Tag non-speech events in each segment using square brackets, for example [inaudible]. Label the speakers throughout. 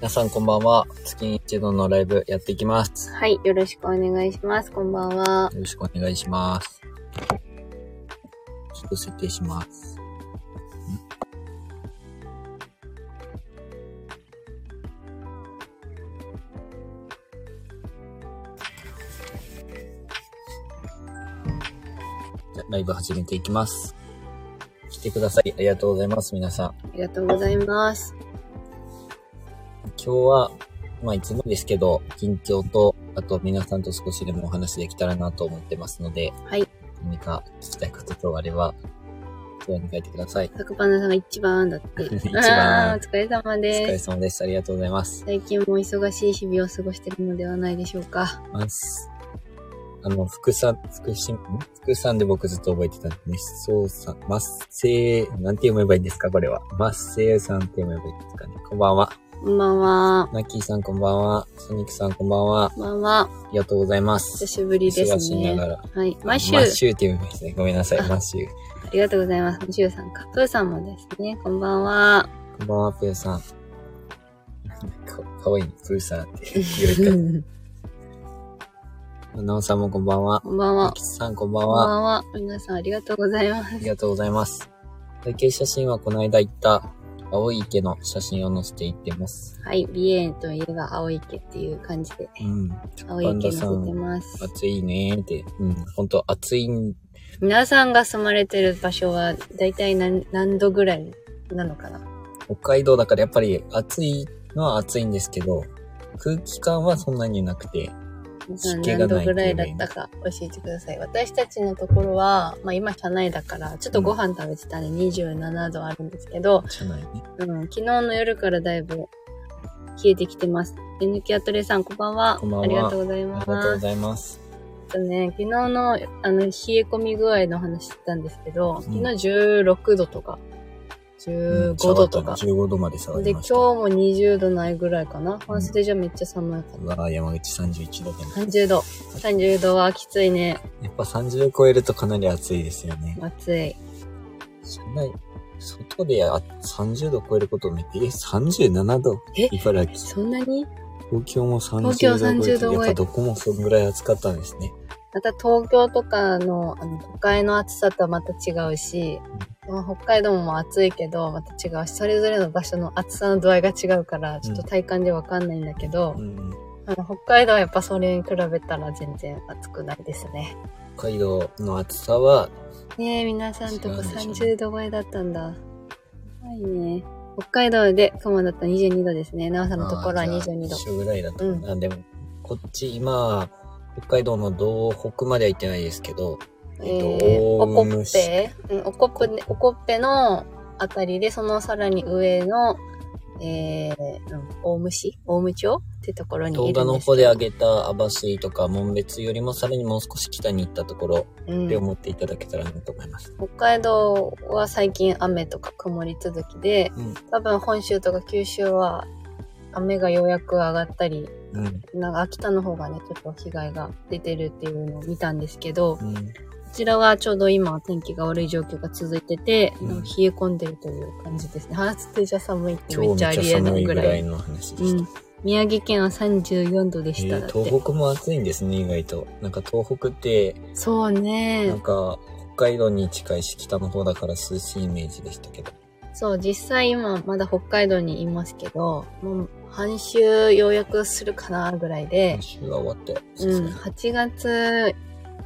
Speaker 1: 皆さんこんばんは。月に一度のライブやっていきます。
Speaker 2: はい、よろしくお願いします。こんばんは。
Speaker 1: よろしくお願いします。ちょっと設定します。じゃあライブ始めていきます。来てください。ありがとうございます。皆さん。
Speaker 2: ありがとうございます。
Speaker 1: 今日は、まあいつもですけど、近況と、あと皆さんと少しでもお話できたらなと思ってますので、
Speaker 2: はい、
Speaker 1: 何か聞きたいこととあれば、こちらに書いてください。
Speaker 2: タクパンダさんが一番だって。
Speaker 1: [laughs] 一番
Speaker 2: あー [laughs] お、疲れ様
Speaker 1: お疲れ
Speaker 2: です。
Speaker 1: 様です。ありがとうございます。
Speaker 2: 最近も忙しい日々を過ごしているのではないでしょうか。
Speaker 1: ますあの、福さん、福しん、福さんで僕ずっと覚えてたんですね。そうさん、まっせー、なんて読めばいいんですかこれは。まっせーさんって読めばいいんですかね。こんばんは。
Speaker 2: こんばんは。
Speaker 1: ナッキーさんこんばんは。ソニックさんこんばんは。
Speaker 2: こんばんは。
Speaker 1: ありがとうございます
Speaker 2: 久。しぶりです
Speaker 1: 忙しいな
Speaker 2: ね。
Speaker 1: がら。
Speaker 2: はい、毎週、
Speaker 1: マ
Speaker 2: あ
Speaker 1: ッシューって読みましたね。ごめんなさい、マッシュー。
Speaker 2: りがとうございます。マシューさんか。プーさんもですね、こんばん
Speaker 1: [laughs]
Speaker 2: は。
Speaker 1: こんばんは、プーさん。かかわいい、プーさんって言われ
Speaker 2: こ
Speaker 1: た。なおさんもこんばんは。
Speaker 2: んばん
Speaker 1: あ
Speaker 2: は。
Speaker 1: きさんこんばん
Speaker 2: こんば
Speaker 1: は。
Speaker 2: んは。皆さんありがとうございます
Speaker 1: あ。りがとうございます。背景写真はこの間行った青い池の写真を載せていってます。
Speaker 2: はい、美瑛といえば青池っていう感じで、
Speaker 1: うん。
Speaker 2: 青池に載せてます。
Speaker 1: 暑いねーって。うん。ほんと暑いん
Speaker 2: 皆さんが住まれてる場所は大体何何度ぐらいなのかな
Speaker 1: 北海道だからやっぱり暑いのは暑いんですけど、空気感はそんなになくて。湿気が
Speaker 2: 何
Speaker 1: ない
Speaker 2: 度ぐらいだったか教えてください。私たちのところは、まあ今車内だから、ちょっとご飯食べてたんで27度あるんですけど、
Speaker 1: じゃないね。
Speaker 2: うん、昨日の夜からだいぶ冷えてきてます。えぬきアトレさん、こんばんは。
Speaker 1: こんばんは
Speaker 2: ありがとうござい
Speaker 1: あ
Speaker 2: ま
Speaker 1: り
Speaker 2: す。
Speaker 1: がとうございます。
Speaker 2: ちょっとね、昨日のあの冷え込み具合の話してたんですけど、昨日
Speaker 1: うん
Speaker 2: 16度とか、15度とか。
Speaker 1: 15度まで下が
Speaker 2: で、
Speaker 1: り
Speaker 2: 今
Speaker 1: まし
Speaker 2: 日
Speaker 1: た。
Speaker 2: も20度ないぐらいかな。半袖じゃめっちゃ寒かっ
Speaker 1: うわぁ、山口31度でも。
Speaker 2: た。30度。30度はきついね。
Speaker 1: やっぱ30を超えるとかなり暑いですよね。
Speaker 2: 暑い。
Speaker 1: そんな、外であ30度超えることめっちゃ、え、37度
Speaker 2: え
Speaker 1: 茨城。
Speaker 2: そんなに
Speaker 1: 東京も30度
Speaker 2: 東京
Speaker 1: 超えて
Speaker 2: 30度超え
Speaker 1: やっぱどこもそんぐらい暑かったんですね。
Speaker 2: また東京とかのあの都会の暑さとはまた違うし、まあ北海道も暑いけど、また違うし、それぞれの場所の暑さの度合いが違うから、ちょっと体感でわかんないんだけど、
Speaker 1: うん。
Speaker 2: あの北海道はやっぱそれに比べたら全然暑くないですね。
Speaker 1: 北海道の暑さは、
Speaker 2: ねえ、皆さんと
Speaker 1: 違うん
Speaker 2: こ
Speaker 1: でしょうね
Speaker 2: 30度超えだったんだ。はいね。北海道で熊だった22度ですね。奈緒さんのところは
Speaker 1: あーじ
Speaker 2: 22
Speaker 1: ゃ
Speaker 2: 度
Speaker 1: あ。一緒ぐらいだったか
Speaker 2: うん
Speaker 1: な。でも、こっち今、北海道の道北までは行ってないですけど、
Speaker 2: えー、
Speaker 1: ド
Speaker 2: お
Speaker 1: ー
Speaker 2: こ
Speaker 1: ム
Speaker 2: っ
Speaker 1: シ
Speaker 2: ぺ、うん、おこっぺね、おこっぺのあたりで、そのさらに上の、えー、うん大武市大武町ってところにいる
Speaker 1: 動
Speaker 2: んです
Speaker 1: 画の方で上げた網走とか門別よりもさらにもう少し北に行ったところ
Speaker 2: うん
Speaker 1: で思っていただけたらなと思います。
Speaker 2: 北海道は最近雨とか曇り続きで、
Speaker 1: うん
Speaker 2: 多分本州とか九州は雨がようやく上がったり、
Speaker 1: うん。
Speaker 2: なんか秋田の方がね、ちょっと被害が出てるっていうのを見たんですけど、こ
Speaker 1: うん
Speaker 2: ちらはちょうど今天気が悪い状況が続いてて、
Speaker 1: うん
Speaker 2: なんか冷え込んでるという感じですね。半袖じゃ寒いってめ
Speaker 1: 今
Speaker 2: っ
Speaker 1: 日
Speaker 2: ちゃ
Speaker 1: め
Speaker 2: あ
Speaker 1: っち
Speaker 2: り
Speaker 1: ゃ
Speaker 2: えな
Speaker 1: 寒
Speaker 2: い
Speaker 1: い
Speaker 2: ぐ
Speaker 1: ぐ
Speaker 2: ら
Speaker 1: ら
Speaker 2: い。
Speaker 1: いの話で
Speaker 2: う
Speaker 1: した。
Speaker 2: ん。宮城県は34度でした。
Speaker 1: え
Speaker 2: だっ
Speaker 1: ー
Speaker 2: て
Speaker 1: 東北も暑いんですね、意外と。なんか東北って、
Speaker 2: そう
Speaker 1: な
Speaker 2: ね
Speaker 1: ん。か北海道に近いし北の方だから涼しいイメージでしたけど。
Speaker 2: そう、実際今まだ北海道にいますけど、もう半周ようやくするかなぐらいで
Speaker 1: 今、週は終わったよ。
Speaker 2: うん、8月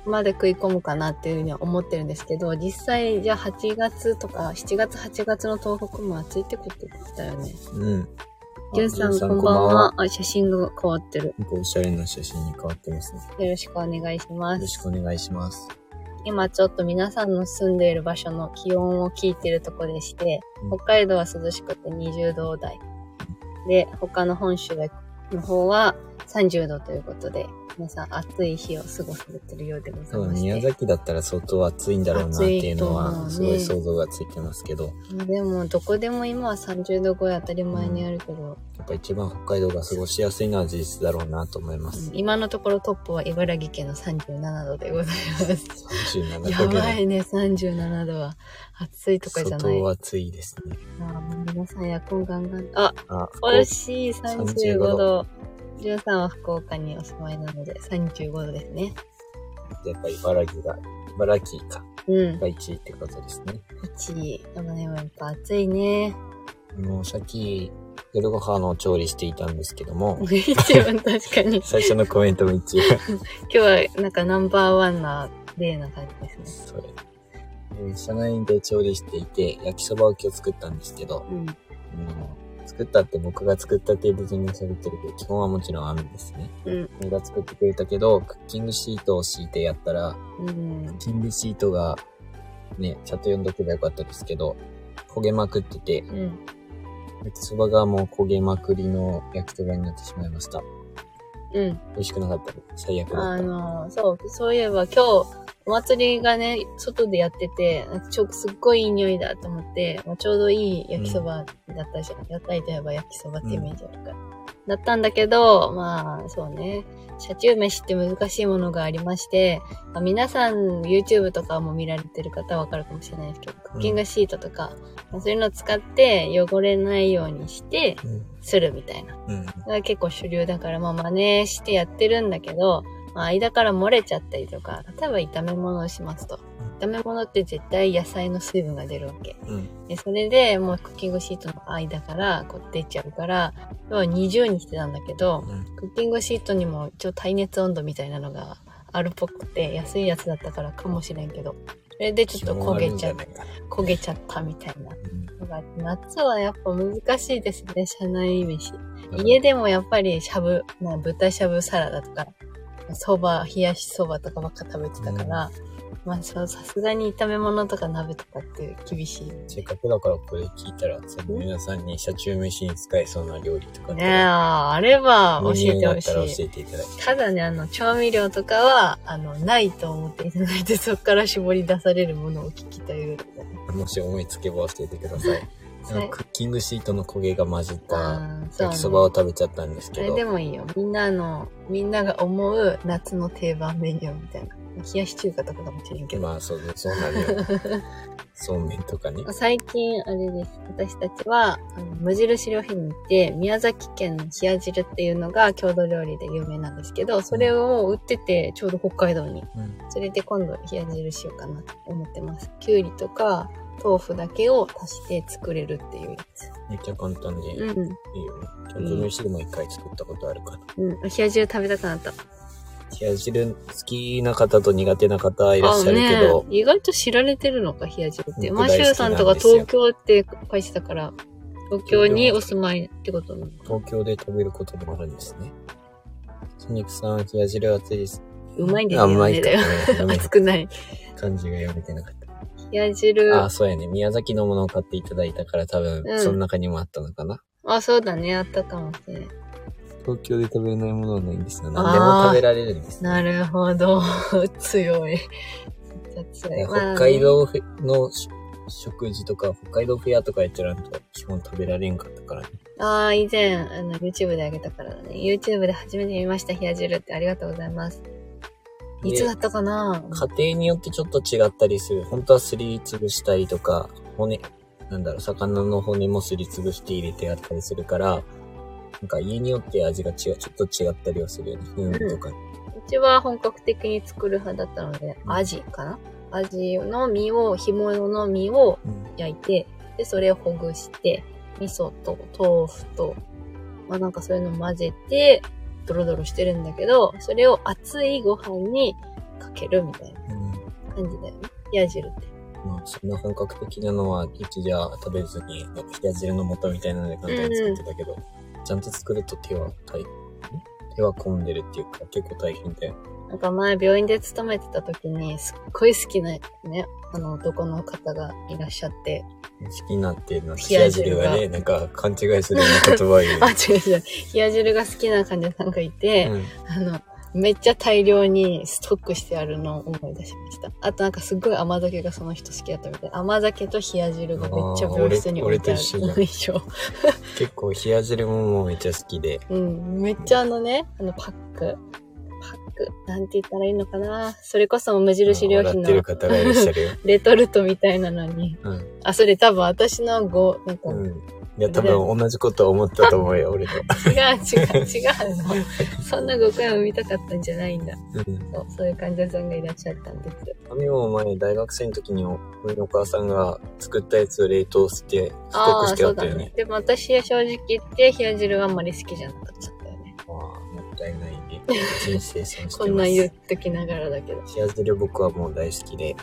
Speaker 2: まで食い込むかなっていうふうには思ってるんですけど、実際、じゃあ8月とか、7月、8月の東北も暑いってことでしたよね。
Speaker 1: うん。
Speaker 2: ジュンさん、こんばんは。。あ、写真が変わってる。
Speaker 1: なんかおしゃれな写真に変わってますね。
Speaker 2: よろしくお願いしま
Speaker 1: よろ
Speaker 2: す。
Speaker 1: しくお願いします。
Speaker 2: 今ちょっと皆さんの住んでいる場所の気温を聞いてるとこでして
Speaker 1: うん、
Speaker 2: 北海道は涼しくて20度台。で、他の本州の方は30度ということで、皆さん暑い日を過ごされてるようでござい
Speaker 1: 多
Speaker 2: ま
Speaker 1: 分
Speaker 2: して。
Speaker 1: 宮崎だったら相当暑いんだろうなっていうのは、
Speaker 2: 暑い
Speaker 1: す
Speaker 2: と
Speaker 1: ごい想
Speaker 2: 思うね
Speaker 1: 像がついてますけど、
Speaker 2: まあでも、どこでも今は30度超え当たり前にあるけど、
Speaker 1: やっぱ一番北海道が過ごしやすいのは事実だろうなと思います。
Speaker 2: 今のところトップは茨城県の37度でございます。
Speaker 1: 37度
Speaker 2: [laughs] や
Speaker 1: ぐ
Speaker 2: ば
Speaker 1: らい。
Speaker 2: いね、37度は。暑いとかじゃ
Speaker 1: 相
Speaker 2: ない。
Speaker 1: 当
Speaker 2: あ
Speaker 1: 暑いですね。
Speaker 2: あ皆さんエアコンガンガン。あ、
Speaker 1: あ、
Speaker 2: 惜しい、35
Speaker 1: 35
Speaker 2: 度
Speaker 1: 度。
Speaker 2: ジュンさんは福岡にお住まいなので、35度ですね。
Speaker 1: やっぱ茨城が、茨城か、
Speaker 2: うん。 [laughs]
Speaker 1: が1位ってことですね。
Speaker 2: 1位。でもね、やっぱ暑いね。 [laughs]
Speaker 1: あの、さっき、夜ご飯の調理していたんですけども、
Speaker 2: 一番確かに。今
Speaker 1: 最初のコメントも一応、
Speaker 2: 日はなんかナンバーワンな例な感じですね。
Speaker 1: [laughs] それ。えー車内で調理していて、焼きそばを今日作ったんですけど、
Speaker 2: うん。
Speaker 1: あの作ったって僕が作ったっていう別にされてるけど、基本はもちろん雨ですね。
Speaker 2: うん。
Speaker 1: 俺が作ってくれたけど、クッキングシートを敷いてやったら、
Speaker 2: うん
Speaker 1: クッ。キングシートが、ね、ちゃんと読んどけばよかったですけど、焦げまくってて、
Speaker 2: うん。
Speaker 1: 焼きそばがもう焦げまくりの焼きそばになってしまいました。
Speaker 2: うん。
Speaker 1: 美味しくなかったです。最悪だ
Speaker 2: あ
Speaker 1: った。
Speaker 2: の、そう、そういえば今日、お祭りがね、外でやってて、なんかちょすっごいいい匂いだと思って、まあ、ちょうどいい焼きそばだったじゃん。屋台といえば焼きそばってイメージあるから。だったんだけど、まあ、そうね。車中飯って難しいものがありまして、まあ皆さん YouTube とかも見られてる方はわかるかもしれないですけど、クッキングシートとか、まあそういうのを使って汚れないようにして、
Speaker 1: うん。
Speaker 2: するみたいな。
Speaker 1: うん。
Speaker 2: が結構主流だから、まあ真似してやってるんだけど、まあ間から漏れちゃったりとか、例えば炒め物をしますと。炒め物って絶対野菜の水分が出るわけ。
Speaker 1: うん。
Speaker 2: で、それでもうクッキングシートの間からこう出ちゃうから、要は二重にしてたんだけど、
Speaker 1: うん。
Speaker 2: クッキングシートにも一応耐熱温度みたいなのがあるっぽくて、安いやつだったからかもしれんけど、それでちょっと焦げ
Speaker 1: 基本悪い
Speaker 2: ちゃ
Speaker 1: んじないかな
Speaker 2: 焦げちゃったみたいな
Speaker 1: うん
Speaker 2: のがあって夏はやっぱ難しいですね、車内飯。家でもやっぱりしゃぶ、な豚しゃぶサラダとか、そば、冷やしそばとかばっか食べてたから、まあそう、さすがに炒め物とか鍋とかって厳しい。
Speaker 1: せっかくだからこれ聞いたら、その皆さんに車中飯に使えそうな料理とか
Speaker 2: ねえ、あれば教
Speaker 1: メニューがあ
Speaker 2: えてほ
Speaker 1: ったら教
Speaker 2: しい。
Speaker 1: えていただいて。
Speaker 2: ただね、あの、調味料とかは、あの、ないと思っていただいて、そこから絞り出されるものを聞きたいぐらいだね。
Speaker 1: もし思いつけば教えてください。あ
Speaker 2: は
Speaker 1: の
Speaker 2: い
Speaker 1: クッキングシートの焦げが混じった
Speaker 2: あーそ
Speaker 1: 焼
Speaker 2: うね
Speaker 1: きそばを食べちゃったんです
Speaker 2: そ
Speaker 1: け
Speaker 2: れ
Speaker 1: ど、
Speaker 2: でもいいよ。みんなの、みんなが思う夏の定番メニューみたいな。冷やし中華とかかもしれんけど。
Speaker 1: まあそうそうなるよ。そうめんとかね。
Speaker 2: 最近、あれです。私たちは、あの無印良品に行って、宮崎県の冷や汁っていうのが郷土料理で有名なんですけど、それを売ってて、ちょうど北海道に。
Speaker 1: うん
Speaker 2: それで今度冷や汁しようかなと思ってます。きゅうりとか、豆腐だけを足して作れるっていうやつ。
Speaker 1: めっちゃ簡単でいいよね。
Speaker 2: うん。
Speaker 1: ちゃんと飯でも一回作ったことあるから。
Speaker 2: うん。冷や汁食べたくなった。
Speaker 1: 冷や汁好きな方と苦手な方いらっしゃるけ
Speaker 2: あ
Speaker 1: ど、
Speaker 2: ね、意外と知られてるのか、冷や汁って。
Speaker 1: 僕
Speaker 2: マ
Speaker 1: 大好き
Speaker 2: シューさんとか
Speaker 1: なんですよ
Speaker 2: 東京って書いてたから、東京にお住まいってことなのか。
Speaker 1: 東京で食べることもあるんですね。筋肉さん、冷や汁熱いです。
Speaker 2: うまいです
Speaker 1: あ、
Speaker 2: よ
Speaker 1: う
Speaker 2: ね。
Speaker 1: まいか。
Speaker 2: だよ
Speaker 1: ごめん
Speaker 2: 熱くない。
Speaker 1: 漢字が読めてなかった。
Speaker 2: 冷や汁。
Speaker 1: あ、
Speaker 2: あ
Speaker 1: そうやね。宮崎のものを買っていただいたから多分
Speaker 2: うん、
Speaker 1: その中にもあったのかな。
Speaker 2: そうだね。あったかもしれない。
Speaker 1: 東京で食べれないものはないんですよ。
Speaker 2: ー
Speaker 1: 何でも食べられるんです、
Speaker 2: なるほど。 [laughs] 強い。めっちゃ強い。
Speaker 1: ね。
Speaker 2: まあ
Speaker 1: 北海。道ふのし食事とか、北海道フェアとかやってらんと基本食べられんかったからね。
Speaker 2: ああ、以前、あの、YouTube であげたからだね。YouTube で初めて見ました、冷や汁って。ありがとうございます。
Speaker 1: で
Speaker 2: いつだったかな
Speaker 1: 家庭によってちょっと違ったりする。本当はすりつぶしたりとか、骨、なんだろう、魚の骨もすりつぶして入れてあったりするから、なんか家によって味が違う、ちょっと違ったりはするよね。風味とか。
Speaker 2: うちは本格的に作る派だったので、
Speaker 1: うん
Speaker 2: アジかなアジの身を、干物の身を
Speaker 1: うん
Speaker 2: 焼いて、で、それをほぐして、味噌と豆腐と、まあなんかそういうの混ぜて、ドロドロしてるんだけど、それを熱いご飯にかけるみたいな
Speaker 1: うん
Speaker 2: 感じだよね。冷や汁って。
Speaker 1: まあ、そんな本格的なのは、うちじゃ食べずに、なんか冷や汁の素みたいなので簡単に作ってたけど、ちゃんと作ると手は大ん手は込んでるっていうか、結構大変だよ。
Speaker 2: なんか前病院で勤めてた時に、すっごい好きなね、あの男の方がいらっしゃって、
Speaker 1: 好きになってるの、
Speaker 2: 冷
Speaker 1: 冷
Speaker 2: や
Speaker 1: や
Speaker 2: 汁
Speaker 1: 汁
Speaker 2: が
Speaker 1: がね、なんか勘 [laughs] 違いするような言葉を言う。
Speaker 2: あ、違う違う、冷や汁が好きな患者さんがいて、
Speaker 1: うん
Speaker 2: あの、めっちゃ大量にストックしてあるのを思い出しました。あとなんかすごい甘酒がその人好きだったみたい。甘酒と冷や汁がめっちゃ病室に置いてある。
Speaker 1: あー俺俺と
Speaker 2: 一緒。
Speaker 1: 結構冷や汁ももうめっちゃ好きで。
Speaker 2: うん。めっちゃあのね、あのパック。パック。なんて言ったらいいのかな。それこそ無印良
Speaker 1: 笑
Speaker 2: 品
Speaker 1: ってる
Speaker 2: の
Speaker 1: 方がいらっしゃ
Speaker 2: [laughs]
Speaker 1: るよ。
Speaker 2: レトルトみたいなのに。
Speaker 1: うん。
Speaker 2: あ、それ多分私の語、なんか、
Speaker 1: うん。いや、多分同じこと思ったと思
Speaker 2: [laughs]
Speaker 1: うよ、俺と。
Speaker 2: 違う違う違うの。そんな誤解を見たかったんじゃないんだ。
Speaker 1: うん。
Speaker 2: そうそういう患者さんがいらっしゃったんです。
Speaker 1: 髪も前、大学生の時にお、俺のお母さんが作ったやつを冷凍して、ストックしてあったよね。
Speaker 2: でも私は正直言って、冷や汁はあんまり好きじゃなかったんだよね。
Speaker 1: ああ、もったいないね。人生損してます。
Speaker 2: [laughs] こんな言っときながらだけど。
Speaker 1: 冷や汁僕はもう大好きで、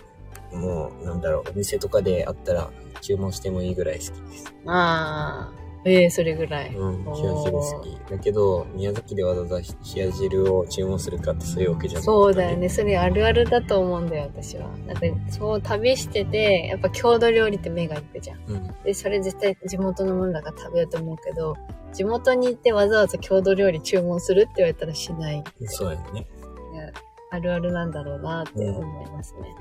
Speaker 1: もう、なんだろう、お店とかであったら注文してもいいぐらい好きです。
Speaker 2: ああ、ええそれぐらい。
Speaker 1: うん、冷
Speaker 2: おー
Speaker 1: や汁好き。だけど、宮崎でわざわざ冷や汁を注文するかってそういうわけじゃない。
Speaker 2: そうだよ。ね。それあるあるだと思うんだよ、私は。なんか、そう、旅してて、やっぱ郷土料理って目がいくじゃん。
Speaker 1: うん。
Speaker 2: で、それ絶対地元のものだから食べようと思うけど、地元に行ってわざわざ郷土料理注文するって言われたらしない。
Speaker 1: そうやね。
Speaker 2: あるあるなんだろうなって思いますね。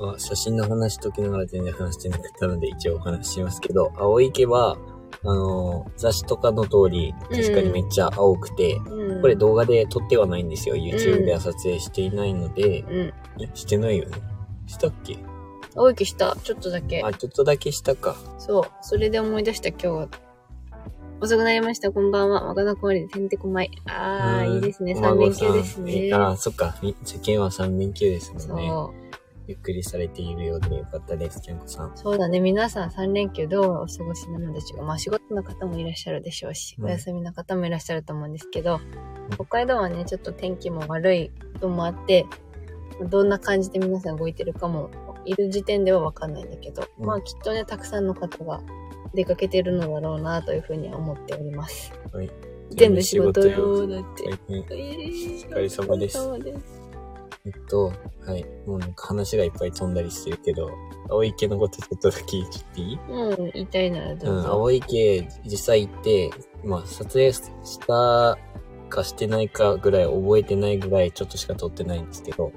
Speaker 1: あ写真の話ときながら全然話してなかったので一応お話ししますけど、青池は、あのー雑誌とかの通り、確かにめっちゃ青くて、
Speaker 2: うん。
Speaker 1: これ動画で撮ってはないんですよ。
Speaker 2: う
Speaker 1: YouTube
Speaker 2: ん
Speaker 1: では撮影していないので、
Speaker 2: うん。
Speaker 1: えしてないよね。したっけ
Speaker 2: 青きした。ちょっとだけ。
Speaker 1: あ、ちょっとだけしたか。
Speaker 2: そう。それで思い出した、今日は。遅くなりました。こんばんは。若菜小りでてんてこまい。あ
Speaker 1: う
Speaker 2: ー、
Speaker 1: ん
Speaker 2: いいですね。
Speaker 1: お
Speaker 2: 3
Speaker 1: 孫
Speaker 2: 連
Speaker 1: さ
Speaker 2: 休
Speaker 1: ん
Speaker 2: ですね
Speaker 1: え。あ、そっか。み世間は3連休ですもんね。
Speaker 2: そう。
Speaker 1: ゆっくりされているようでよかったです、きゃんこさん。
Speaker 2: そうだね。皆さん3連休どうお過ごしなのでしょうか。まあ仕事の方もいらっしゃるでしょうし、
Speaker 1: うん
Speaker 2: お休みの方もいらっしゃると思うんですけど、北海道はね、ちょっと天気も悪いこともあって、どんな感じで皆さん動いてるかも、いる時点ではわかんないんだけど、
Speaker 1: うん
Speaker 2: まあきっとね、たくさんの方が出かけてるのだろうなというふうには思っております。
Speaker 1: はい
Speaker 2: 全部仕事
Speaker 1: 全部仕
Speaker 2: よ、だって。
Speaker 1: 大変
Speaker 2: お
Speaker 1: お疲れ様です
Speaker 2: 疲れ様です
Speaker 1: えっと、はい。もうなんか話がいっぱい飛んだりしてるけど、青池のことちょっとだけ言っていい
Speaker 2: うん、言いたいなら
Speaker 1: う、
Speaker 2: どうんぞ。
Speaker 1: 青池実際行って、まあ撮影したかしてないかぐらい覚えてないぐらいちょっとしか撮ってないんですけど、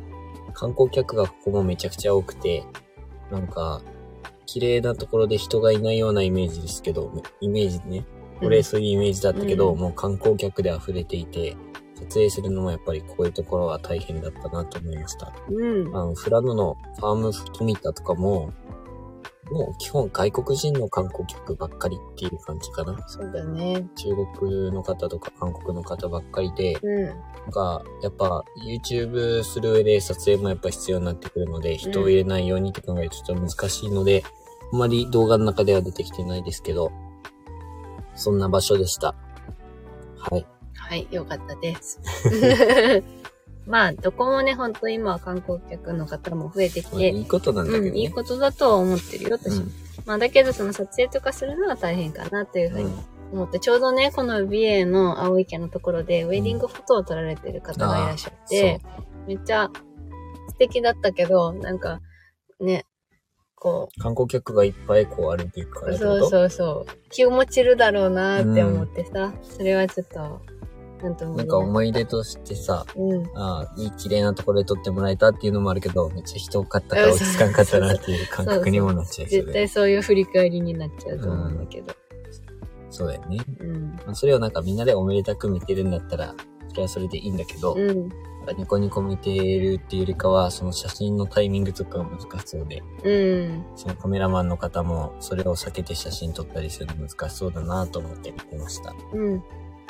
Speaker 1: 観光客がここもめちゃくちゃ多くて、なんか、綺麗なところで人がいないようなイメージですけど、イメージね。俺そういうイメージだったけど、
Speaker 2: うん
Speaker 1: もう観光客で溢れていて、撮影するのもやっぱりこういうところは大変だったなと思いました。
Speaker 2: うん、うん
Speaker 1: あの、フラノのファーム富田とかも、もう基本外国人の観光客ばっかりっていう感じかな。
Speaker 2: そうだね。
Speaker 1: 中国の方とか韓国の方ばっかりで、
Speaker 2: うん。
Speaker 1: なんか、やっぱ YouTube する上で撮影もやっぱ必要になってくるので、人を入れないようにって考えるとちょっと難しいので、あんまり動画の中では出てきてないですけど、そんな場所でした。はい。
Speaker 2: はい、よかった
Speaker 1: [laughs]
Speaker 2: です。まあ、どこもね、ほんと今は観光客の方も増えてき
Speaker 1: まあ
Speaker 2: て、
Speaker 1: いいことなんだけ
Speaker 2: う
Speaker 1: どね。
Speaker 2: ん、いいことだとは思ってるよ、私。
Speaker 1: うん
Speaker 2: まあ、だけど、その撮影とかするのは大変かなというふうに思って、ちょうどね、この美瑛の青池のところで、ウェディングフォトを撮られてる方がいらっしゃって、めっちゃ素敵だったけど、なんか、ね、こう、
Speaker 1: 観光客がいっぱいこう歩いていくからってこ
Speaker 2: そ
Speaker 1: と
Speaker 2: うそうそう。気を持ちるだろうなって思ってさ、それはちょっと、なんとも
Speaker 1: な
Speaker 2: 言え
Speaker 1: んか
Speaker 2: なかった
Speaker 1: 思い出としてさ、
Speaker 2: うん。
Speaker 1: ああ、いい綺麗なところで撮ってもらえたっていうのもあるけど、めっちゃ人多かったから落ち着かんかったなっていう感覚にもなっちゃいそう
Speaker 2: 絶
Speaker 1: で。
Speaker 2: 対そういう振り返りになっちゃうと思うんだけど。
Speaker 1: そうだよね。
Speaker 2: うん。
Speaker 1: まあそれをなんかみんなでおめでたく見てるんだったら、それはそれでいいんだけど、
Speaker 2: うん。
Speaker 1: ニコニコ見てるっていうよりかは、その写真のタイミングとかが難しそうで、
Speaker 2: うん。
Speaker 1: そのカメラマンの方もそれを避けて写真撮ったりするの難しそうだなと思って見てました。
Speaker 2: うん。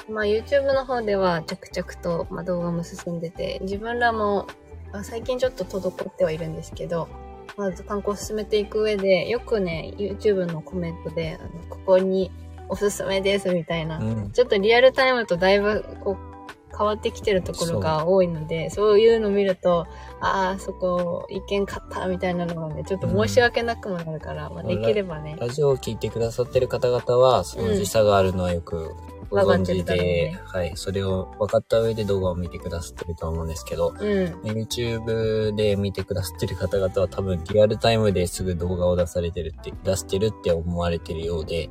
Speaker 2: まあ YouTube の方では着々と、まあ、動画も進んでて、自分らも、あ最近ちょっと滞ってはいるんですけど、まず観光を進めていく上で、よくね、YouTube のコメントで、あのここにおすすめですみたいな、
Speaker 1: うん。
Speaker 2: ちょっとリアルタイムとだいぶこう変わってきてるところが多いので、そういうの見ると、ああ、そこ意見買ったみたいなのがね、ちょっと申し訳なくもなるから、まあ、できればね、
Speaker 1: ラジオを聞いてくださってる方々は、その時差があるのはよくご存知
Speaker 2: わかってるだろう
Speaker 1: で、
Speaker 2: ね
Speaker 1: はい、それを分かった上で動画を見てくださってると思うんですけど、
Speaker 2: うん、
Speaker 1: YouTube で見てくださってる方々は多分リアルタイムですぐ動画を出されてるって、出してるって思われてるようで、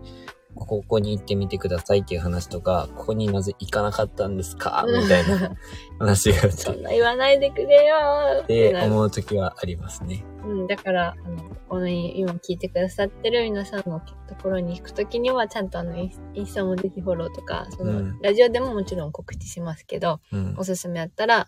Speaker 1: ここに行ってみてくださいっていう話とか、ここになぜ行かなかったんですかみたいな話があった
Speaker 2: そんな言わないでくれよーっ
Speaker 1: で
Speaker 2: [laughs] てなる
Speaker 1: 思う時はありますね。
Speaker 2: うん、だから、あの、ここに今聞いてくださってる皆さんのところに行くときには、ちゃんとあの、インスインスタもぜひフォローとか、その、
Speaker 1: うん
Speaker 2: ラジオでももちろん告知しますけど、
Speaker 1: うん
Speaker 2: お。すすめあったら、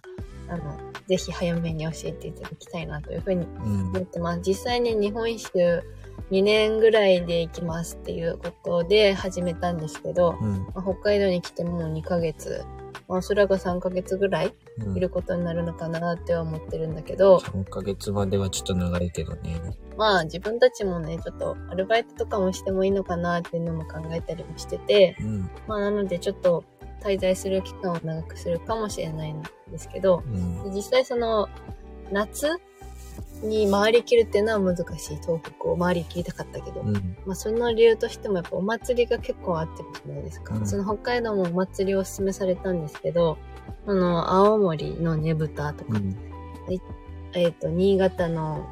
Speaker 2: あの、ぜひ早めに教えていただきたいなというふうに
Speaker 1: うん
Speaker 2: 思ってます。実際に日本一周2年ぐらいで行きますっていうことで始めたんですけど、
Speaker 1: うん。
Speaker 2: まあ北海道に来てもう2ヶ月、まあ、おそらく3ヶ月ぐらい
Speaker 1: うん
Speaker 2: いることになるのかなっては思ってるんだけど、
Speaker 1: 3ヶ月まではちょっと長いけどね。
Speaker 2: まあ自分たちもね、ちょっとアルバイトとかもしてもいいのかなっていうのも考えたりもしてて、
Speaker 1: うん。
Speaker 2: まあなのでちょっと滞在する期間を長くするかもしれないんですけど、
Speaker 1: うん。
Speaker 2: で実際その夏に回りきるっていうのは難しい東北を回りきりたかったけど、
Speaker 1: うん。
Speaker 2: まあその理由としてもやっぱお祭りが結構あってるじゃないですか、
Speaker 1: うん
Speaker 2: その北海道もお祭りをおすすめされたんですけどその青森のねぶたとか、
Speaker 1: うん。
Speaker 2: えっ、と新潟の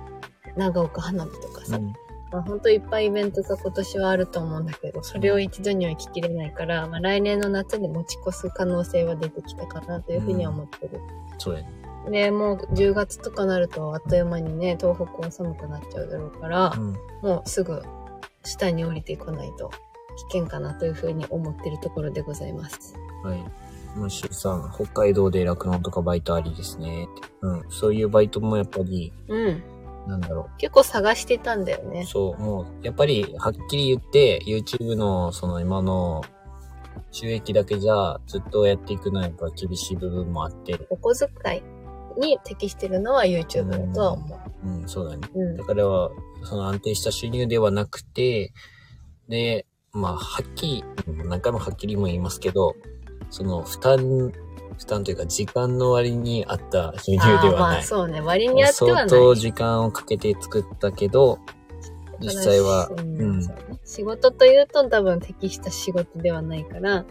Speaker 2: 長岡花火とかさ、
Speaker 1: うん
Speaker 2: まあ、本当いっぱいイベントが今年はあると思うんだけど、それを一度には行ききれないから、まあ、来年の夏に持ち越す可能性は出てきたかなというふうには思ってる。
Speaker 1: そうやね。
Speaker 2: で、もう10月とかなるとあっという間にね、東北は寒くなっちゃうだろうから
Speaker 1: う、ん。
Speaker 2: もうすぐ下に降りてこないと危険かなというふうに思ってるところでございます。
Speaker 1: はい。もしさん、北海道で酪農とかバイトありですねって。うん。そういうバイトもやっぱり、
Speaker 2: うん。
Speaker 1: なんだろ
Speaker 2: 結構探してたんだよ
Speaker 1: う。
Speaker 2: ね。
Speaker 1: そう、もう、やっぱり、はっきり言って、YouTube の、その今の、収益だけじゃ、ずっとやっていくのはやっぱ厳しい部分もあって、
Speaker 2: お小遣いに適してるのは YouTube だとは思
Speaker 1: うん、そうだね。
Speaker 2: う。うん
Speaker 1: だ。からは、その安定した収入ではなくて、で、まあ、はっきり、何回もはっきりも言いますけど、その、負担、負担というか、時間の割に合った収入で
Speaker 2: あー
Speaker 1: は
Speaker 2: ま
Speaker 1: な
Speaker 2: あ
Speaker 1: い。
Speaker 2: そうね。割に合ってはない。
Speaker 1: 相当時間をかけて作ったけど、実際は、
Speaker 2: う
Speaker 1: うんん。
Speaker 2: そうね仕事というと多分適した仕事ではないから、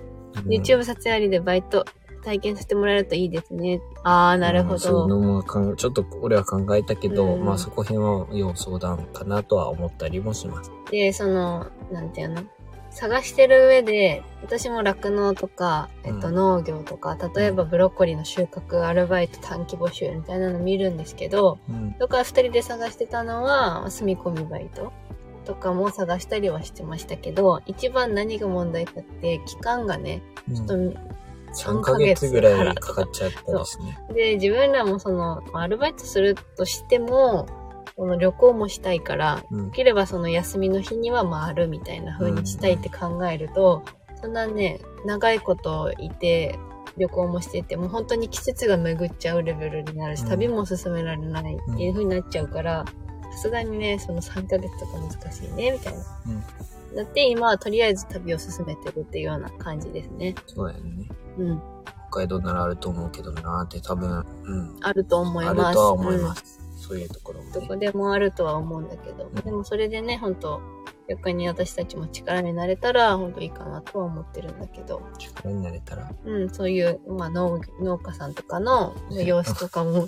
Speaker 2: YouTube 撮影ありでバイト体験させてもらえるといいですね。ああ、なるほ
Speaker 1: うんそういうの
Speaker 2: ど。
Speaker 1: も考えちょっと俺は考えたけど、
Speaker 2: うん
Speaker 1: まあそこ辺は要相談かなとは思ったりもします。
Speaker 2: で、その、なんていうの探してる上で、私も酪農とか、えっと、
Speaker 1: うん
Speaker 2: 農業とか、例えばブロッコリーの収穫、アルバイト短期募集みたいなの見るんですけど、
Speaker 1: うん。
Speaker 2: とから二人で探してたのは、住み込みバイトとかも探したりはしてましたけど、一番何が問題かって、期間がね、ちょっと
Speaker 1: 3ヶ月ぐらいかかっちゃったですね。
Speaker 2: で、自分らもその、まあアルバイトするとしても、この旅行もしたいから、
Speaker 1: うん
Speaker 2: で。きればその休みの日には回るみたいな風にしたいって考えると、そんなね、長いこといて、旅行もしていて、もう本当に季節が巡っちゃうレベルになるし、
Speaker 1: うん
Speaker 2: 旅も進められないっていう風になっちゃうから、さすがにね、その3ヶ月とか難しいね、みたいな。だって今はとりあえず旅を進めてるっていうような感じですね。
Speaker 1: そうだよね。
Speaker 2: うん。
Speaker 1: 北海道ならあると思うけどなーって多分、うん。
Speaker 2: あると思い
Speaker 1: あ
Speaker 2: ま
Speaker 1: る
Speaker 2: す。
Speaker 1: とは思い
Speaker 2: うん
Speaker 1: ます。そういうところも
Speaker 2: ど
Speaker 1: ね
Speaker 2: こ。でもあるとは思うんだけど、
Speaker 1: ん
Speaker 2: でもそれでね、本当逆に私たちも力になれたら、本当いいかなとは思ってるんだけど、
Speaker 1: 力になれたら。
Speaker 2: うん、そういう、まあ、農農家さんとかの様子とかも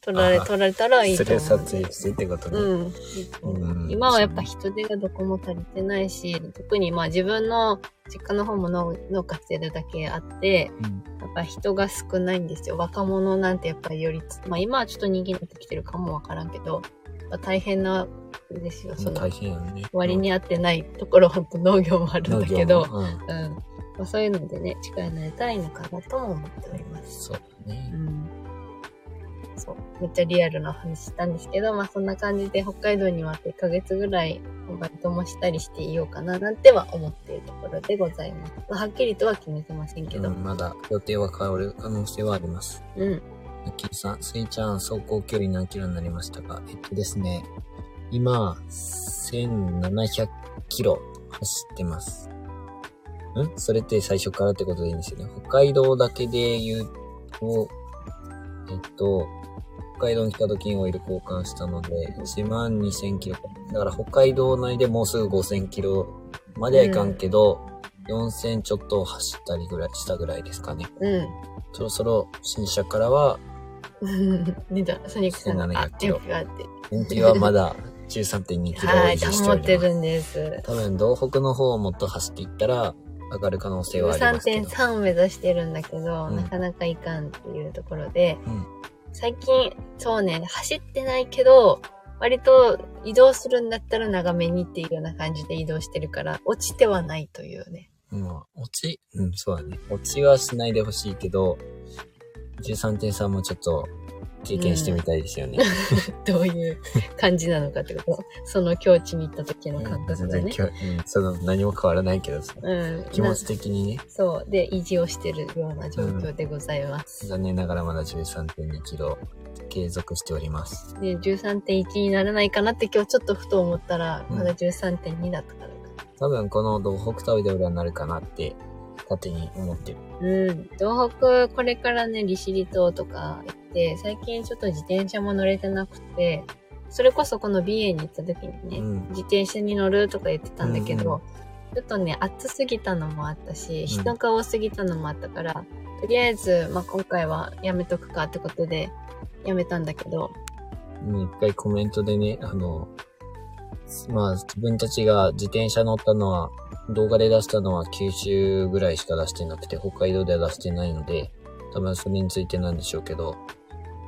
Speaker 2: 撮られ、
Speaker 1: [laughs] あ
Speaker 2: 撮られたらいい
Speaker 1: そ
Speaker 2: と
Speaker 1: れ
Speaker 2: 思う
Speaker 1: 撮。影してってことね。
Speaker 2: うん、いいと思う
Speaker 1: うん
Speaker 2: 今はやっぱ人手がどこも足りてないし、特にまあ自分の実家の方も農農家してるだけあって、
Speaker 1: うん
Speaker 2: やっぱ人が少ないんですよ。若者なんてやっぱりよりつ、まあ今はちょっと人気になってきてるかもわからんけど、やっぱ大変なですよ。その
Speaker 1: 大変やね。
Speaker 2: 割に合ってないところ、本当農業もあるんだけ
Speaker 1: 農
Speaker 2: ど
Speaker 1: 業、もうん。
Speaker 2: うん。まあ、そういうのでね、力になれたらいいのかなとも思っております。
Speaker 1: そうだ
Speaker 2: う
Speaker 1: ね。
Speaker 2: ん。そう。めっちゃリアルな話したんですけど、まあそんな感じで北海道には1ヶ月ぐらいバイトもしたりしていようかななんては思っているところでございます。まあはっきりとは決めてませんけ
Speaker 1: う
Speaker 2: ど、
Speaker 1: ん、まだ予定は変わる可能性はあります。
Speaker 2: うん。
Speaker 1: ラッキーさん、スイちゃん、走行距離何キロになりましたかえっとですね、今、1700キロ走ってます。んそれって最初からってことでいいんですよね。北海道だけで言うと、えっと、北海道に来た時にオイル交換したので、1万2000キロ。だから北海道内でもうすぐ5000キロまではいかんけど、4000ちょっと走ったりぐらいしたぐらいですかね。
Speaker 2: うん。
Speaker 1: そろそろ新車からは
Speaker 2: [laughs] うんねだ、ソニックさんが、あ、
Speaker 1: 1700キロ
Speaker 2: 電気があって。
Speaker 1: 天気はまだ13.2キロを
Speaker 2: は
Speaker 1: 維
Speaker 2: い、
Speaker 1: 持してお
Speaker 2: 保っ
Speaker 1: ります。
Speaker 2: てるんです。
Speaker 1: 多分、東北の方をもっと走っていったら、上がる可能性はありますけど。
Speaker 2: 13.3を目指してるんだけど、
Speaker 1: うん
Speaker 2: なかなかいかんっていうところで、
Speaker 1: うん
Speaker 2: 最近、そうね、走ってないけど、割と移動するんだったら長めにっていうような感じで移動してるから、落ちてはないというね。 [laughs]
Speaker 1: うん、落ち、うん、そうだね。落ちはしないでほしいけど、13.3もちょっと経験してみたいですよね。
Speaker 2: どういう感じなのかってこと。 [laughs] その境地に行った時の感覚
Speaker 1: 全
Speaker 2: が
Speaker 1: 然
Speaker 2: ね。
Speaker 1: きょ、うん、その何も変わらないけどさ、
Speaker 2: うん。
Speaker 1: 気持ち的にね、
Speaker 2: なそう。で、維持をしてるような状況でございます。
Speaker 1: 残念ながらまだ13.2キロ継続しております。
Speaker 2: で、13.1にならないかなって今日ちょっとふと思ったら、
Speaker 1: うん
Speaker 2: まだ13.2だったからか。
Speaker 1: 多分この道北旅で俺はなるかなって、勝手に思ってる。
Speaker 2: うん。東北、これからね、利尻島とか行って、最近ちょっと自転車も乗れてなくて、それこそこの BA に行った時にね、
Speaker 1: うん
Speaker 2: 自転車に乗るとか言ってたんだけ
Speaker 1: うんう
Speaker 2: ど、ちょっとね、暑すぎたのもあったし、
Speaker 1: ん
Speaker 2: 人が多すぎたのもあったから、とりあえず、まあ、今回はやめとくかってことで、やめたんだけど、
Speaker 1: うん一回コメントでね、あの、まあ自分たちが自転車乗ったのは、動画で出したのは九州ぐらいしか出してなくて、北海道では出してないので、多分それについてなんでしょうけど、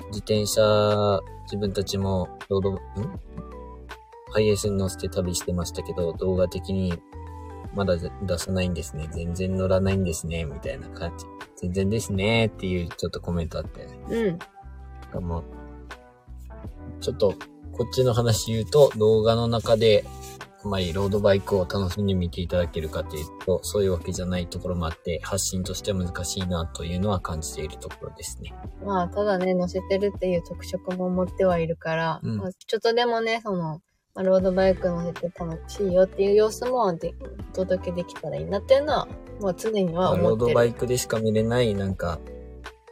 Speaker 1: 自転車、自分たちも、ロード、ん ?IS に乗せて旅してましたけど、動画的に、まだ出さないんですね。全然乗らないんですね。みたいな感じ。全然ですね。っていうちょっとコメントあったよね。
Speaker 2: うん。
Speaker 1: かも、ちょっと、こっちの話言うと、動画の中で、あまりロードバイクを楽しんで見ていただけるかというと、そういうわけじゃないところもあって、発信としては難しいなというのは感じているところですね。
Speaker 2: まあ、ただね、乗せてるっていう特色も持ってはいるから、
Speaker 1: うん
Speaker 2: まあちょっとでもね、その、まあ、ロードバイク乗せて楽しいよっていう様子もでお届けできたらいいなっていうのは、まあ、常に
Speaker 1: ロー
Speaker 2: は思って
Speaker 1: ド
Speaker 2: る。
Speaker 1: バイクでしか見れない、なんか、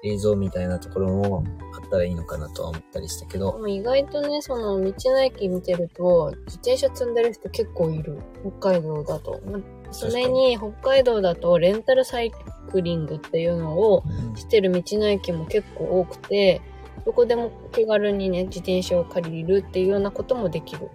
Speaker 1: 映像みたいなところもあったらいいのかなとは思ったりしたけ
Speaker 2: で
Speaker 1: ど、
Speaker 2: も意外とね、その、道の駅見てると、自転車積んでる人結構いる。北海道だと。まあそれに、北海道だと、レンタルサイクリングっていうのを、してる道の駅も結構多くて、どこでも気軽にね、自転車を借りるっていうようなこともできるよ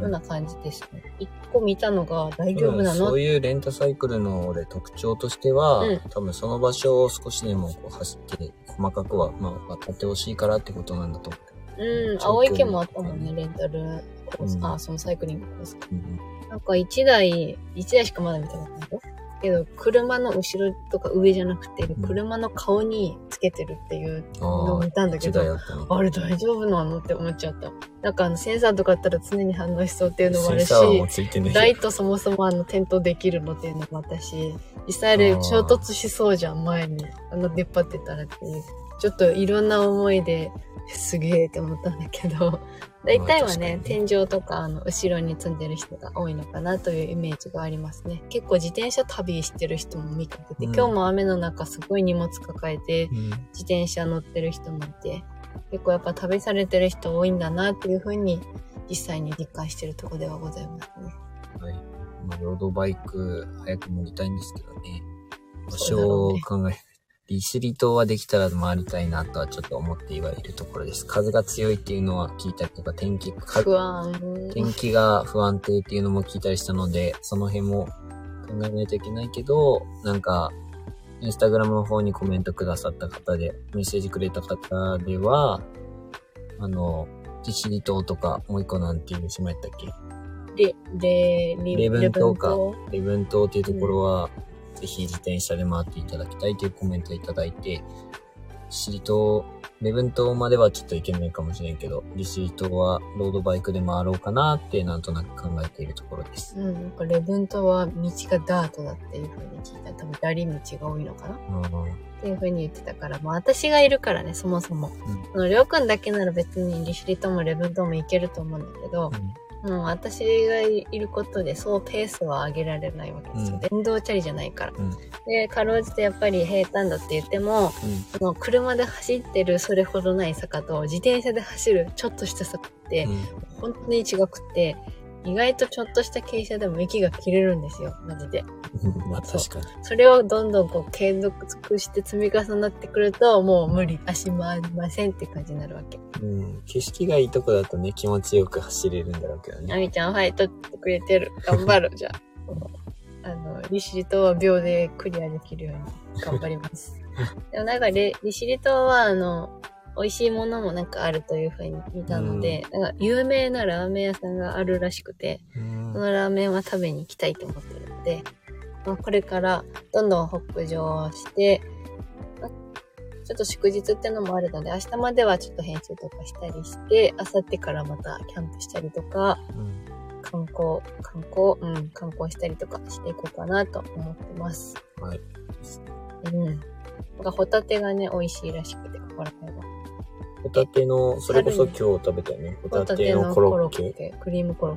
Speaker 1: うん
Speaker 2: うな感じですね。一個見たのが大丈夫な
Speaker 1: そ
Speaker 2: の
Speaker 1: ういうレンタサイクルの俺特徴としては、
Speaker 2: うん
Speaker 1: 多分その場所を少しでもこう走って、細かくは、まあ、渡ってほしいからってことなんだと思
Speaker 2: う
Speaker 1: 長
Speaker 2: ん、
Speaker 1: 距離
Speaker 2: 青池もあったもんね、レンタルコース、
Speaker 1: うん
Speaker 2: あ、そのサイクリングコースか。
Speaker 1: う。うん
Speaker 2: なんか一台、一台しかまだ見たことないよ。けど、車の後ろとか上じゃなくて、
Speaker 1: ん
Speaker 2: 車の顔につけてるっていうの
Speaker 1: あ
Speaker 2: を
Speaker 1: あ
Speaker 2: 見、たんだけ
Speaker 1: 時
Speaker 2: ど
Speaker 1: 代、あったね。
Speaker 2: あれ大丈夫なのって思っちゃった。なんかあのセンサーとかあったら常に反応しそうっていうのもあ
Speaker 1: セン
Speaker 2: るし、
Speaker 1: サーはもうついてない。
Speaker 2: ライトそもそもあの点灯できるのっていうのもあったし、実際あれ衝突しそうじゃん、前に。あの出っ張ってたらっていう。ちょっといろんな思いで、すげえって思ったんだ
Speaker 1: [laughs]
Speaker 2: けど、大体はね
Speaker 1: ま、あ確か
Speaker 2: 天井とかあの後ろに積んでる人が多いのかなというイメージがありますね。結構自転車旅してる人も見かけて、
Speaker 1: うん
Speaker 2: 今日も雨の中すごい荷物抱えて
Speaker 1: うん
Speaker 2: 自転車乗ってる人もいて、結構やっぱ旅されてる人多いんだなっていうふうに実際に実感してるところではございますね。
Speaker 1: はい。まあ、ロードバイク、早く乗りたいんですけどね。場
Speaker 2: そうだろ
Speaker 1: 所
Speaker 2: う
Speaker 1: を
Speaker 2: ね
Speaker 1: 考え、利尻島はできたら回りたいなとはちょっと思ってはいるところです。風が強いっていうのは聞いたりとか、天気、
Speaker 2: 不安。
Speaker 1: 天気が不安定っていうのも聞いたりしたので、その辺も考えないといけないけど、なんか、インスタグラムの方にコメントくださった方で、メッセージくれた方では、あの、利尻島とか、もう一個なんていう島やったっけ
Speaker 2: で、で、リ
Speaker 1: 礼文島か
Speaker 2: 礼文
Speaker 1: 礼文島っていうところは、ぜひ自転車で回っていただきたいというコメントをいただいて、利尻島、礼文島まではちょっと行けないかもしれんけど、利尻島はロードバイクで回ろうかなってなんとなく考えているところです。
Speaker 2: うん、なんかレブン島は道がダートだっていう風に聞いた。多分、ダリ道が多いのかな
Speaker 1: うん
Speaker 2: っていう風に言ってたから、まあ私がいるからね、そもそも。
Speaker 1: うん
Speaker 2: そのりょうくんだけなら別に利尻島もレブン島も行けると思うんだけど、もう私がいることでそうペースは上げられないわけですよ。
Speaker 1: うん
Speaker 2: 電動チャリじゃないから。
Speaker 1: うん
Speaker 2: で、かろうじてやっぱり平坦だって言って
Speaker 1: う
Speaker 2: も、
Speaker 1: ん
Speaker 2: その車で走ってるそれほどない坂と自転車で走るちょっとした坂って、
Speaker 1: うん
Speaker 2: 本当に違くって意外とちょっとした傾斜でも息が切れるんですよ、マジで。
Speaker 1: まあ確かに。
Speaker 2: それをどんどんこう継続して積み重なってくると、もう無理、足回りませんって感じになるわけ。
Speaker 1: うん。景色がいいとこだとね、気持ちよく走れるんだろうけど
Speaker 2: あ
Speaker 1: ね。
Speaker 2: みちゃん、はい、撮ってくれてる。頑張る、じゃあ。あの、利尻島は秒でクリアできるように頑張ります。でもなんかれ、利尻島は、あの、美味しいものもなんかあるというふうに見たので、なんか有名なラーメン屋さんがあるらしくて、
Speaker 1: うん
Speaker 2: こ。のラーメンは食べに行きたいと思ってるので、まあ、これからどんどん北上して、まあちょっと祝日ってのもあるので、明日まではちょっと編集とかしたりして、明後日からまたキャンプしたりとか、
Speaker 1: うん
Speaker 2: 観光、観光、うん、観光したりとかしていこうかなと思ってます。
Speaker 1: はい。
Speaker 2: うん。なんかホタテがね、美味しいらしくて、ここら辺は。
Speaker 1: ホタテの、それこそ今日食べたよね。ホ
Speaker 2: ホ
Speaker 1: タ
Speaker 2: タ
Speaker 1: テ
Speaker 2: テ
Speaker 1: の
Speaker 2: の
Speaker 1: コ
Speaker 2: コ
Speaker 1: ロ
Speaker 2: ロ
Speaker 1: ッケ
Speaker 2: ッ。ケ、クリームコロッ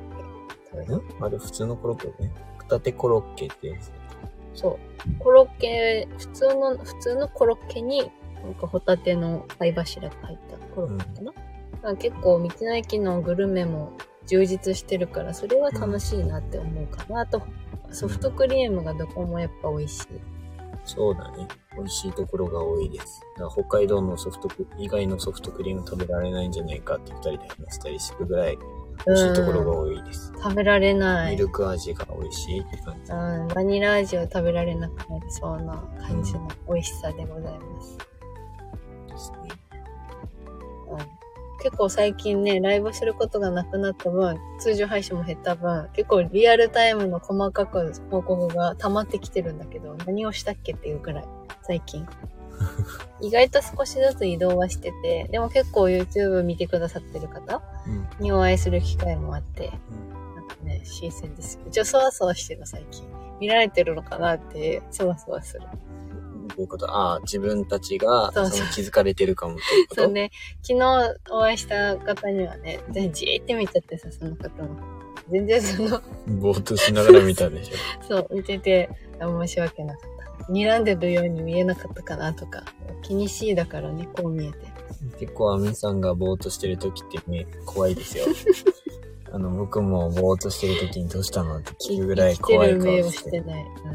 Speaker 2: ケ。
Speaker 1: んあれ普通のコロッケね。ホタテコロッケってやつ。
Speaker 2: そう。コロッケ、普通の、普通のコロッケに、なんかホタテの貝柱が入ったコロッケかな。まあ結構、道の駅のグルメも充実してるから、それは楽しいなって思うかな。あと、ソフトクリームがどこもやっぱ美味しい。
Speaker 1: そうだね。美味しいところが多いです。だから北海道のソフトク、以外のソフトクリーム食べられないんじゃないかって二人で話したりするぐらい美味しいところが
Speaker 2: うん
Speaker 1: 多いです。
Speaker 2: 食べられない。
Speaker 1: ミルク味が美味しいって感じ。
Speaker 2: うん、バニラ味を食べられなくなりそうな感じの美味しさでございます。
Speaker 1: ですね。
Speaker 2: うん、結構最近ね、ライブすることがなくなった分、通常配信も減った分、結構リアルタイムの細かく報告が溜まってきてるんだけど、何をしたっけっていうくらい、最近。意外と少しずつ移動はしてて、でも結構 YouTube 見てくださってる方
Speaker 1: うん。
Speaker 2: にお会いする機会もあって、なんかね、新鮮です。ちょ、そわそわしてるの最近。見られてるのかなって、そわそわする。
Speaker 1: どういうことああ、自分たちが
Speaker 2: そ
Speaker 1: そうの
Speaker 2: そう
Speaker 1: 気づかれてるかもっていうこ
Speaker 2: そう
Speaker 1: と
Speaker 2: ね、昨日お会いした方にはね、じーって見ちゃってさ、その方の。全然その、 [laughs]
Speaker 1: ぼーっとしながら見たんでしょ。
Speaker 2: そう、見てて、あ申し訳なかった。睨んでるように見えなかったかなとか、気にしいだからね、こう見えて。
Speaker 1: 結構アミさんがぼーっとしてる時ってね、怖いですよ。あの、僕もぼーっとしてる時にどうしたのって聞くぐらい怖い
Speaker 2: 生き
Speaker 1: 顔
Speaker 2: てる目を
Speaker 1: し。
Speaker 2: しててない。う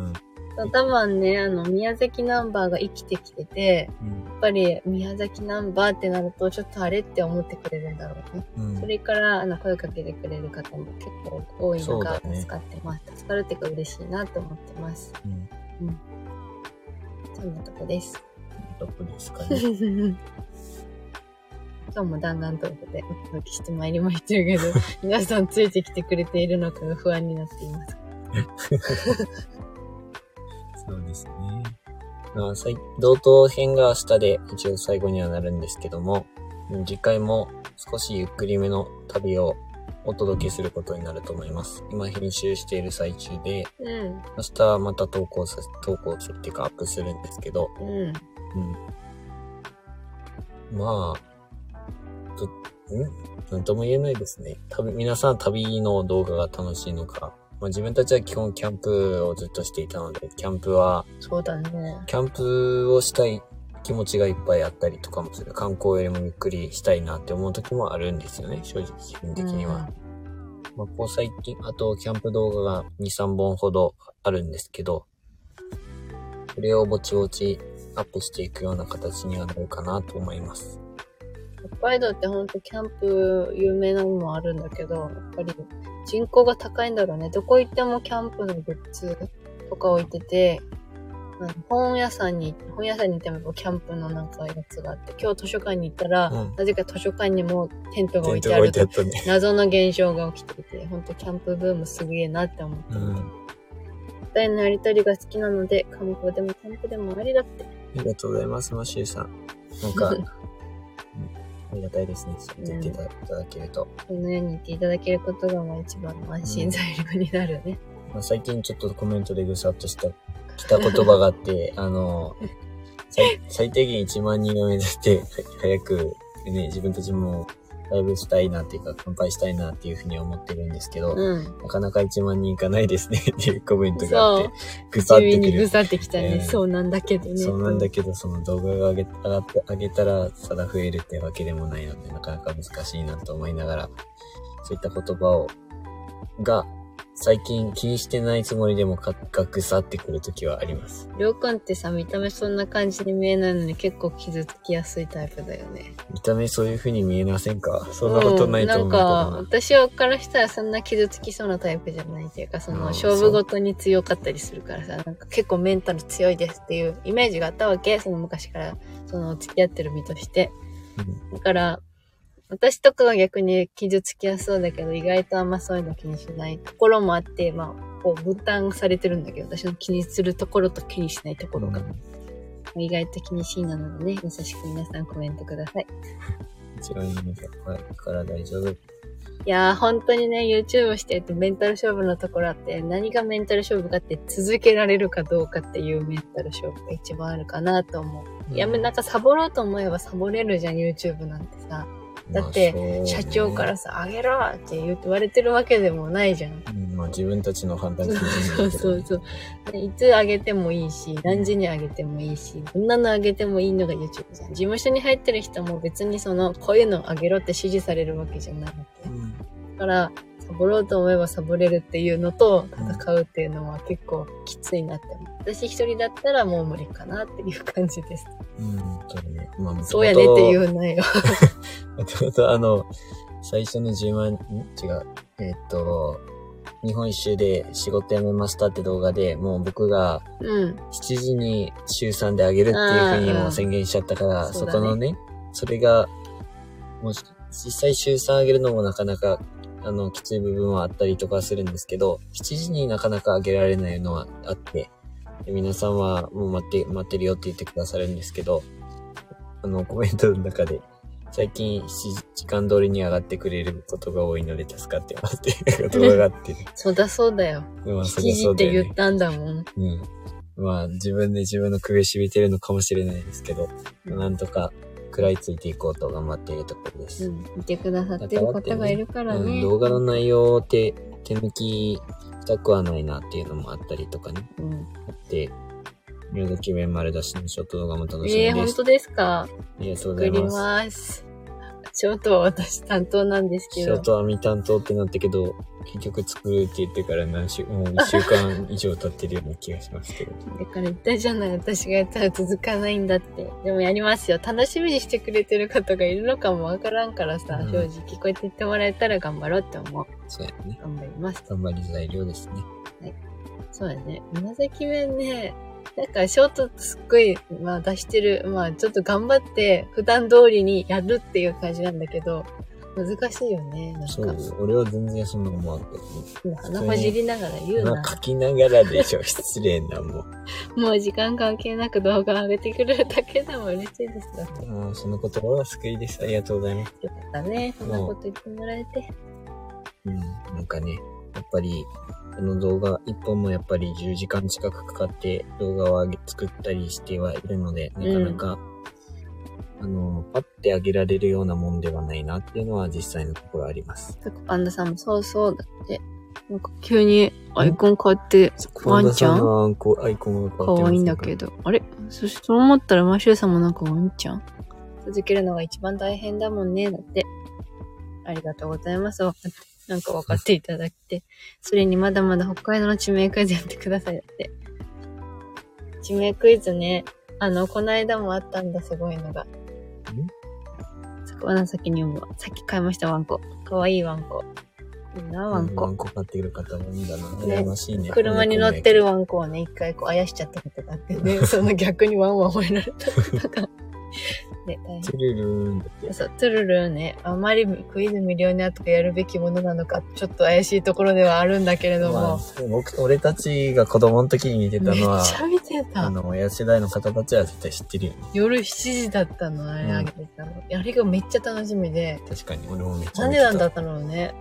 Speaker 2: ん
Speaker 1: うん。
Speaker 2: そう。多分ね、あの、宮崎ナンバーが生きてきてて、やっぱり宮崎ナンバーってなると、ちょっとあれって思ってくれるんだろうね。
Speaker 1: うん。う
Speaker 2: そ
Speaker 1: ん。
Speaker 2: れからあの声かけてくれる方も結構多い
Speaker 1: そ
Speaker 2: の
Speaker 1: うだ
Speaker 2: が
Speaker 1: ね
Speaker 2: 助かってます。助かるっていうか嬉しいなと思ってます。
Speaker 1: うん。
Speaker 2: そんなとこ [laughs] です。
Speaker 1: どこですかね。
Speaker 2: 今日も弾丸トークでウキウキしてまいりました [laughs] けど、皆さんついてきてくれているのかが不安になっています。
Speaker 1: そうですね。まあ、最同等編が明日で一応最後にはなるんですけども、うん次回も少しゆっくりめの旅をお届けすることになると思います。今編集している最中で、
Speaker 2: うん、
Speaker 1: 明日また投稿さ、投稿するっていうかアップするんですけど、
Speaker 2: うん。
Speaker 1: うん。まあ、と、んなんとも言えないですね。旅、皆さん旅の動画が楽しいのか。まあ自分たちは基本キャンプをずっとしていたので、キャンプは、
Speaker 2: そうだね。
Speaker 1: キャンプをしたい気持ちがいっぱいあったりとかもする。観光よりもゆっくりしたいなって思う時もあるんですよね、正直、自分的には。まあ、こう最近、あと、キャンプ動画が2、3本ほどあるんですけど、それをぼちぼちアップしていくような形にはなるかなと思います。
Speaker 2: うん。北海道ってほんとキャンプ有名なのもあるんだけど、やっぱり人口が高いんだろうね。どこ行ってもキャンプのグッズとか置いてて、あの本屋さんに、本屋さんに行ってもやっぱキャンプのなんかやつがあって、今日図書館に行ったら、
Speaker 1: うん
Speaker 2: なぜか図書館にもテントが
Speaker 1: 全
Speaker 2: 置いて
Speaker 1: 然
Speaker 2: あ
Speaker 1: 置い
Speaker 2: る
Speaker 1: て
Speaker 2: と
Speaker 1: あったね。
Speaker 2: 謎の現象が起きていて、ほんとキャンプブームすげえなって思って。
Speaker 1: うん。
Speaker 2: 二人のやりとりが好きなので、観光でもキャンプでもありだって。
Speaker 1: ありがとうございます、マシューさん。なん
Speaker 2: [laughs]
Speaker 1: か、うんありがたいですね。そう言っていただけると。
Speaker 2: このように言っていただけることがまあ一番の安心材料になるね。
Speaker 1: まあ、最近ちょっとコメントでぐさっとした、来た言葉があ
Speaker 2: [laughs]
Speaker 1: って、あの、最最低限1万人を目指して、は早くね、自分たちもライブしたいなっていうか、乾杯したいなっていうふうに思ってるんですけど、
Speaker 2: うん。
Speaker 1: なかなか1万人いかないですねっていうコメントがあっ
Speaker 2: そ
Speaker 1: て
Speaker 2: う、。
Speaker 1: ぐさっ
Speaker 2: 地味
Speaker 1: てく
Speaker 2: にぐ
Speaker 1: る。
Speaker 2: さってきたね。
Speaker 1: えー
Speaker 2: そうなんだけどね。
Speaker 1: そうなんだけど、その動画が上げ上がって上げたら、ただ増えるってわけでもないので、なかなか難しいなと思いながら、そういった言葉をが、最近気にしてないつもりでも価格差ってくるときはあります。
Speaker 2: りょうくんってさ、見た目そんな感じに見えないのに結構傷つきやすいタイプだよね。
Speaker 1: 見た目そういう風に見えませんかそんなことないと思う
Speaker 2: うん
Speaker 1: けど
Speaker 2: な
Speaker 1: な、
Speaker 2: んか、私はからしたらそんな傷つきそうなタイプじゃないっていうか、そ
Speaker 1: うん
Speaker 2: の勝負ごとに強かったりするからさ、なんか結構メンタル強いですっていうイメージがあったわけ、その昔から、その付き合ってる身として。だから、私とかは逆に傷つきやすそうだけど、意外とあんまそういうの気にしないところもあって、まあ、こう分担されてるんだけど、私の気にするところと気にしないところが、意外と気にしいなのでね、優しく皆さんコメントください。
Speaker 1: 一番いいのがはいから大丈夫。
Speaker 2: いやー、本当にね、YouTube してるとメンタル勝負のところあって、何がメンタル勝負かって続けられるかどうかっていうメンタル勝負が一番あるかなと思う。いや、なんかサボろうと思えばサボれるじゃん、YouTube なんてさ。だって
Speaker 1: まあ、そうね
Speaker 2: 社長から、さ、あげろって言われてるわけでもないじゃん。
Speaker 1: うんまあ自分たちの判断基準
Speaker 2: そ
Speaker 1: だ
Speaker 2: う
Speaker 1: けど
Speaker 2: そうそう。で [laughs] いつあげてもいいし、何時にあげてもいいし、どんなのあげてもいいのが YouTube じゃん。事務所に入ってる人も別にその、こういうのあげろって指示されるわけじゃないわけ。
Speaker 1: うん
Speaker 2: だから、サボろうと思えばサボれるっていうのと戦うっていうのは結構きついなって思う。私一人だったらもう無理かなっていう感じです。
Speaker 1: うん、本当にね。まあ、
Speaker 2: そうやねって言
Speaker 1: う。
Speaker 2: うなよ。
Speaker 1: もともとあの、最初の10万、ん違う。えーっと、日本一周で仕事辞めましたって動画でもう僕が
Speaker 2: うん。
Speaker 1: 7時に週3であげるっていうふうに
Speaker 2: あー
Speaker 1: もう宣言しちゃったから、
Speaker 2: うん
Speaker 1: そ
Speaker 2: そうだね
Speaker 1: このね、それが、もう実際週3あげるのもなかなか、あの、きつい部分はあったりとかするんですけど、7時になかなかあげられないのはあって、で皆さんはもう待って、待ってるよって言ってくださるんですけど、あの、コメントの中で、最近7時間通りに上がってくれることが多いので助かってますっていう言葉があって、
Speaker 2: [laughs] そうだそうだよ。
Speaker 1: まあそ
Speaker 2: 7
Speaker 1: りゃ
Speaker 2: 時
Speaker 1: そう
Speaker 2: っ
Speaker 1: だ
Speaker 2: て
Speaker 1: よね
Speaker 2: 言ったんだもん。
Speaker 1: うん。まあ、自分で自分の首絞めてるのかもしれないですけど、なんとか食らいついていこうと頑張っているところで
Speaker 2: う
Speaker 1: す。
Speaker 2: ん。見てくださってる方がいるか
Speaker 1: う
Speaker 2: らね。
Speaker 1: 動画の内容を手、手抜きしたくはないなっていうのもあったりとかね。
Speaker 2: うん。
Speaker 1: あって、宮崎弁丸出しのショート動画も楽し
Speaker 2: え
Speaker 1: み
Speaker 2: えー、
Speaker 1: で
Speaker 2: 本
Speaker 1: す。
Speaker 2: 当ですか
Speaker 1: ありがとうござ
Speaker 2: 送
Speaker 1: い
Speaker 2: り
Speaker 1: ます。
Speaker 2: ます。ショートは私担当なんですけ
Speaker 1: ショー
Speaker 2: ど。
Speaker 1: トは未担当ってなったけど、結局作るって言ってから何週、もう1週
Speaker 2: [laughs]
Speaker 1: 間以上経ってるような気がしますけど。
Speaker 2: だから言ったじゃない。私がやったら続かないんだって。でもやりますよ。楽しみにしてくれてる方がいるのかもわからんからさ、
Speaker 1: うん
Speaker 2: 正直。こうやって言ってもらえたら頑張ろうって思う。
Speaker 1: そうやね。
Speaker 2: 頑張ります。
Speaker 1: 頑張り材料ですね。
Speaker 2: そうだね。紫弁ね、なんかショートすっごい、まあ出してる、まあちょっと頑張って普段通りにやるっていう感じなんだけど、難しいよね。なん
Speaker 1: そう
Speaker 2: か、、
Speaker 1: 俺は全然そんな思わんけどね。
Speaker 2: 鼻ほじりながら言う
Speaker 1: ま
Speaker 2: な
Speaker 1: あ。書きながらでしょ、失礼な、も
Speaker 2: もう時間関係なく動画上げてくれるだけでも嬉しいです。よ
Speaker 1: う。もうその言葉は救いです。ありがとうございます。
Speaker 2: かったね。そんなこと言ってもらえて。
Speaker 1: うん、なんかね、やっぱり、この動画、一本もやっぱり10時間近くかかって動画を上げ作ったりしてはいるので、なかなか、あの、パッて上げられるようなもんではないなっていうのは実際のところあります。
Speaker 2: タコパンダさんもそうそうだって。なんか急にアイコン変わって、ワンちゃ
Speaker 1: パダさ
Speaker 2: ん
Speaker 1: のアンコアイコンが変
Speaker 2: 可
Speaker 1: わってます
Speaker 2: 愛いんだけど。あれそしてそう思ったらマシューさんもなんかワンちゃん続けるのが一番大変だもんね。だって。ありがとうございます。わかってなんか分かっていただいて。それにまだまだ北海道の地名クイズやってくださいだって。地名クイズね。あの、この間もあったんだ、すごいのが。先に読むわ。さっき買いました、ワンコ。かわいいワンコ。いいな、ワンコ。
Speaker 1: ワンコ飼ってる方もいいんだな。
Speaker 2: ね
Speaker 1: 羨ましいね。
Speaker 2: 車に乗ってるワンコをね、一回こう、あやしちゃったことが
Speaker 1: [laughs]
Speaker 2: あってね、その逆にワンワン吠えられた [laughs] ことが。ね、大
Speaker 1: トゥルルーンだって
Speaker 2: 変。そう、トゥルルーね、あまりクイズ無料にあとかやるべきものなのか、ちょっと怪しいところではあるんだけれど
Speaker 1: ま
Speaker 2: も、
Speaker 1: あ、僕、俺たちが子供の時に見てた
Speaker 2: めっち
Speaker 1: のは、
Speaker 2: ゃ見て
Speaker 1: あ
Speaker 2: た。
Speaker 1: の、親世代の方たちは絶対知ってるよね。
Speaker 2: 夜7時だったの、あれ
Speaker 1: うん
Speaker 2: あげてたの。あれがめっちゃ楽しみで、
Speaker 1: 確かに、俺もめっちゃ
Speaker 2: なん
Speaker 1: 見
Speaker 2: で
Speaker 1: てた。
Speaker 2: なんだったろうね。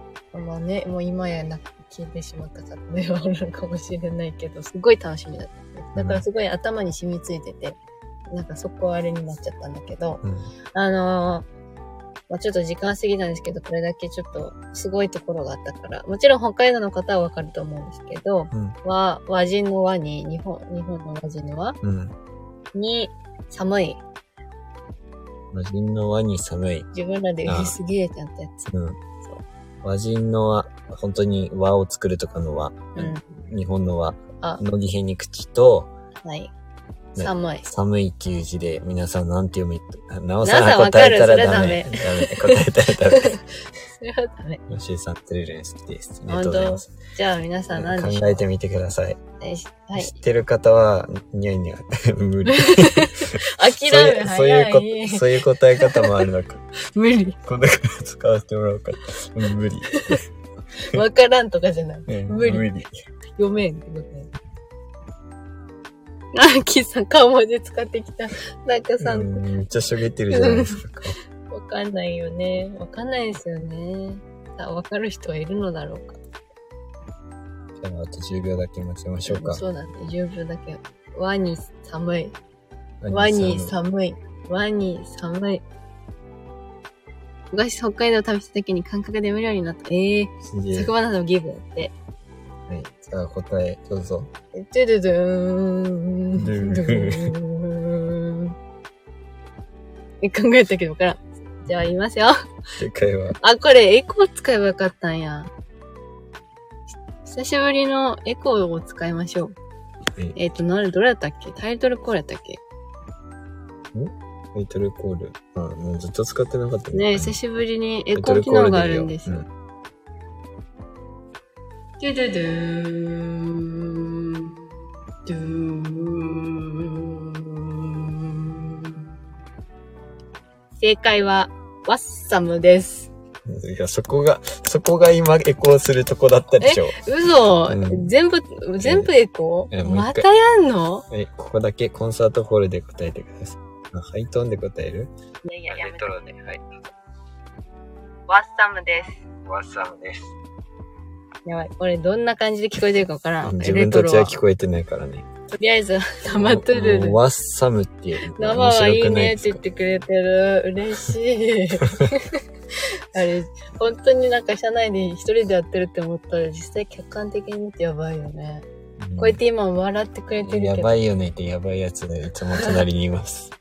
Speaker 2: まあね、もう今やなく聞いてしまったかのではあるのかもしれないけど、すごい楽しみだったね。だからすごい頭に染みついてて、なんかそこはあれになっちゃったんだけど、
Speaker 1: うん。
Speaker 2: あのーまあ、ちょっと時間過ぎたんですけど、これだけちょっとすごいところがあったから、もちろん北海道の方はわかると思うんですけど、
Speaker 1: うん
Speaker 2: 和、和人の和に、日本、日本の和人の和
Speaker 1: うん。
Speaker 2: に、寒い。
Speaker 1: 魔人の輪に寒い。
Speaker 2: 自分らで
Speaker 1: ああ
Speaker 2: 売りすぎえちゃったやつ。
Speaker 1: うん。和人の和、本当に和を作るとかの和、
Speaker 2: うん。
Speaker 1: 日本の和、
Speaker 2: あ、
Speaker 1: のぎへに口と、
Speaker 2: はい。寒い。
Speaker 1: 寒いっていう字で、皆さんなんて読み、 [laughs] なお
Speaker 2: さ
Speaker 1: さ
Speaker 2: ん
Speaker 1: ら
Speaker 2: わか
Speaker 1: 答え
Speaker 2: る
Speaker 1: た
Speaker 2: そ
Speaker 1: ら
Speaker 2: れダ
Speaker 1: ダ
Speaker 2: メ
Speaker 1: メ。ダメ。答えたらダメ。
Speaker 2: それはダメ。
Speaker 1: [laughs] よしえさん、つるるん好きです。ありがとうございます。
Speaker 2: じゃあ皆さん何でし
Speaker 1: 考
Speaker 2: ょう
Speaker 1: えてみてください。
Speaker 2: えしはい。
Speaker 1: 知ってる方は、にゃいにゃ、 [laughs] 無
Speaker 2: [laughs]
Speaker 1: 理。
Speaker 2: 諦
Speaker 1: そういうそう
Speaker 2: め
Speaker 1: いう
Speaker 2: 早い。
Speaker 1: こ、そういう答え方もあるのか。 [laughs]
Speaker 2: 無理。
Speaker 1: 今度から使わせてもらおうか。うん無理。
Speaker 2: わからんとかじゃない。
Speaker 1: うん
Speaker 2: 無理
Speaker 1: 無理。
Speaker 2: 読めんってことね [laughs] あ、キーさん顔文字使ってきた。なんかさ、
Speaker 1: うんめっちゃしょげてるじゃないですか。
Speaker 2: わかんないよね。わかんないですよね。さあ、わかる人はいるのだろうか。
Speaker 1: じゃあ、あと10秒だけ待ちましょうか。
Speaker 2: そうだね。10秒だけ。ワニ寒い。ワニ寒い。ワニ寒い。昔北海道を旅した時に感覚で無料になった。ええ
Speaker 1: すげ
Speaker 2: ー、
Speaker 1: え
Speaker 2: 職場などのギブだって。
Speaker 1: はい。じゃあ、答え、どうぞ。
Speaker 2: [laughs] ドゥドゥドゥー
Speaker 1: ド
Speaker 2: ン。ド
Speaker 1: ゥ
Speaker 2: [laughs]
Speaker 1: ド
Speaker 2: ゥド
Speaker 1: ゥ
Speaker 2: ゥーン。え、考えたけどわからん。じゃあ、言いますよ。
Speaker 1: 正解は、
Speaker 2: あ、これエコー使えばよかったんや。久しぶりのエコーを使いましょう。
Speaker 1: はい
Speaker 2: えっ、と、なる、どれだったっけタイトルコールだったっけ
Speaker 1: タイトルコール。うん、もうずっと使ってなかった
Speaker 2: ねえ久
Speaker 1: し
Speaker 2: しぶりに
Speaker 1: ぶ
Speaker 2: エコー機能があるんです
Speaker 1: よ。
Speaker 2: よ。
Speaker 1: うん
Speaker 2: ドゥドゥドゥーン。ドゥーン。正解は、ワッサムです。
Speaker 1: いや、そこが、そこが今、エコーするとこだったでしょ。
Speaker 2: 嘘、
Speaker 1: うん
Speaker 2: 全部、全部エコ
Speaker 1: ええ
Speaker 2: ー
Speaker 1: もう一回
Speaker 2: またやんの
Speaker 1: はい、ここだけコンサートホールで答えてください。あハイトーンで答える
Speaker 2: いやいや、やめ
Speaker 1: トロで、はい。
Speaker 2: ワッサムです。
Speaker 1: ワッサムです。
Speaker 2: やばい。俺、どんな感じで聞こえてるかわからん。
Speaker 1: 自分たちは聞
Speaker 2: こ
Speaker 1: こえてないからね。
Speaker 2: とりあえず、生トゥル
Speaker 1: もう
Speaker 2: ル。
Speaker 1: ワッサムっていうの
Speaker 2: 生
Speaker 1: が面
Speaker 2: はい
Speaker 1: 白
Speaker 2: い
Speaker 1: くな
Speaker 2: ね
Speaker 1: いで
Speaker 2: って
Speaker 1: す
Speaker 2: 言
Speaker 1: か
Speaker 2: ってくれてる。嬉し
Speaker 1: [laughs]
Speaker 2: い。あれ、本当になんか社内で一人でやってるって思ったら、実際客観的に見てやばいよね。こうやって今笑ってくれて
Speaker 1: うん
Speaker 2: る
Speaker 1: や
Speaker 2: けど。
Speaker 1: ばいよねってやばいやつがいつも隣にい
Speaker 2: [laughs]
Speaker 1: ます。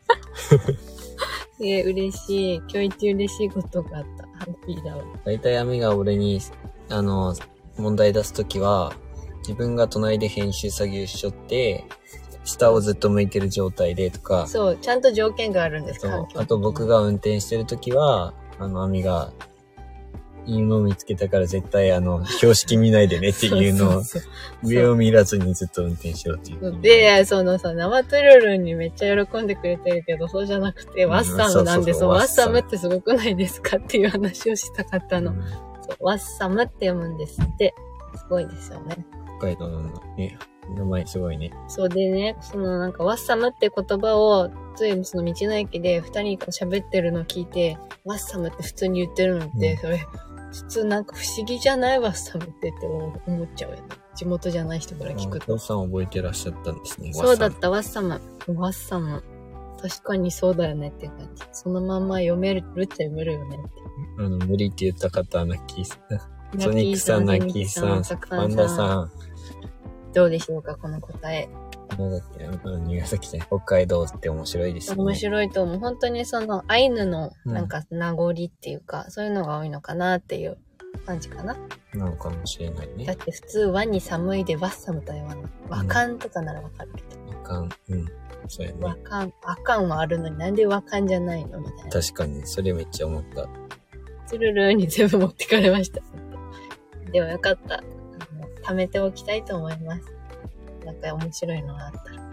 Speaker 2: え、嬉しい。今日って嬉しいことがあった。ハッピーだわ。
Speaker 1: 大体アミが俺に、あの、問題出すときは、自分が隣で編集作業しちょって、下をずっと向いてる状態でとか、
Speaker 2: そう、ちゃんと条件があるんです
Speaker 1: そ
Speaker 2: か
Speaker 1: うあと僕。が運転してるときは、あの、アミが、いいのを見つけたから絶対あの、標識見ないでねっていうのを
Speaker 2: [laughs] そうそうそう
Speaker 1: 上を見らずにずっと運転しろっていう。
Speaker 2: で、そのさ、生トゥルルンにめっちゃ喜んでくれてるけど、そうじゃなくて、
Speaker 1: うん
Speaker 2: ワッサムな
Speaker 1: そ
Speaker 2: んで
Speaker 1: うそう
Speaker 2: す。
Speaker 1: そう
Speaker 2: ワ
Speaker 1: ワ
Speaker 2: ッサ
Speaker 1: ッサム
Speaker 2: ムってすごくないですかっていう話をしたかった
Speaker 1: う
Speaker 2: の。
Speaker 1: ん、
Speaker 2: そうワッサムって読むんですって。すごいですよね。
Speaker 1: 北海道のね、名前すごいね。
Speaker 2: そうでね、そのなんか、ワッサムって言葉を、ついその道の駅で二人が喋ってるのを聞いて、ワッサムって普通に言ってるのって、
Speaker 1: うん
Speaker 2: それ、普通なんか不思議じゃないワッサムってって思思っちゃうよね。地元じゃない人から聞くと。
Speaker 1: お父さん覚えてらっしゃったんですね。
Speaker 2: そうだ
Speaker 1: っ。
Speaker 2: ったた、ワッサム。ワッサム。確かにそうだよねって感じ。そのまんま読めるっちゃ読めるよねっ
Speaker 1: あの、無理って言った方はナッキーさん。
Speaker 2: て。
Speaker 1: ソニックさん、ナッキーさん、
Speaker 2: サク
Speaker 1: パ
Speaker 2: パ
Speaker 1: ン
Speaker 2: ン
Speaker 1: ダ
Speaker 2: ダ
Speaker 1: さ
Speaker 2: さん。
Speaker 1: ん。
Speaker 2: どうでしょうか、この答え。
Speaker 1: なんだっけ、あの、新潟じゃない北海道って面白いですよね。
Speaker 2: 面白いと思う。本当にそのアイヌの
Speaker 1: うん
Speaker 2: なんか名残っていうか、そういうのが多いのかなっていう感じかな。
Speaker 1: なのかもしれない
Speaker 2: だ
Speaker 1: ね
Speaker 2: っ。て普通、ワに寒いでワッサムとは言わない。ワカンとかならわかるけど。
Speaker 1: わかん。うん。そうや
Speaker 2: ワ
Speaker 1: ね。
Speaker 2: カン、ワカンはあるのになんでワカンじゃないのみたいな。
Speaker 1: 確かに、それめっちゃ思った。
Speaker 2: つるるに全部持ってかれました。でもよかった。あの貯めておきたいと思います。なんか面白いの
Speaker 1: [laughs]
Speaker 2: があったら。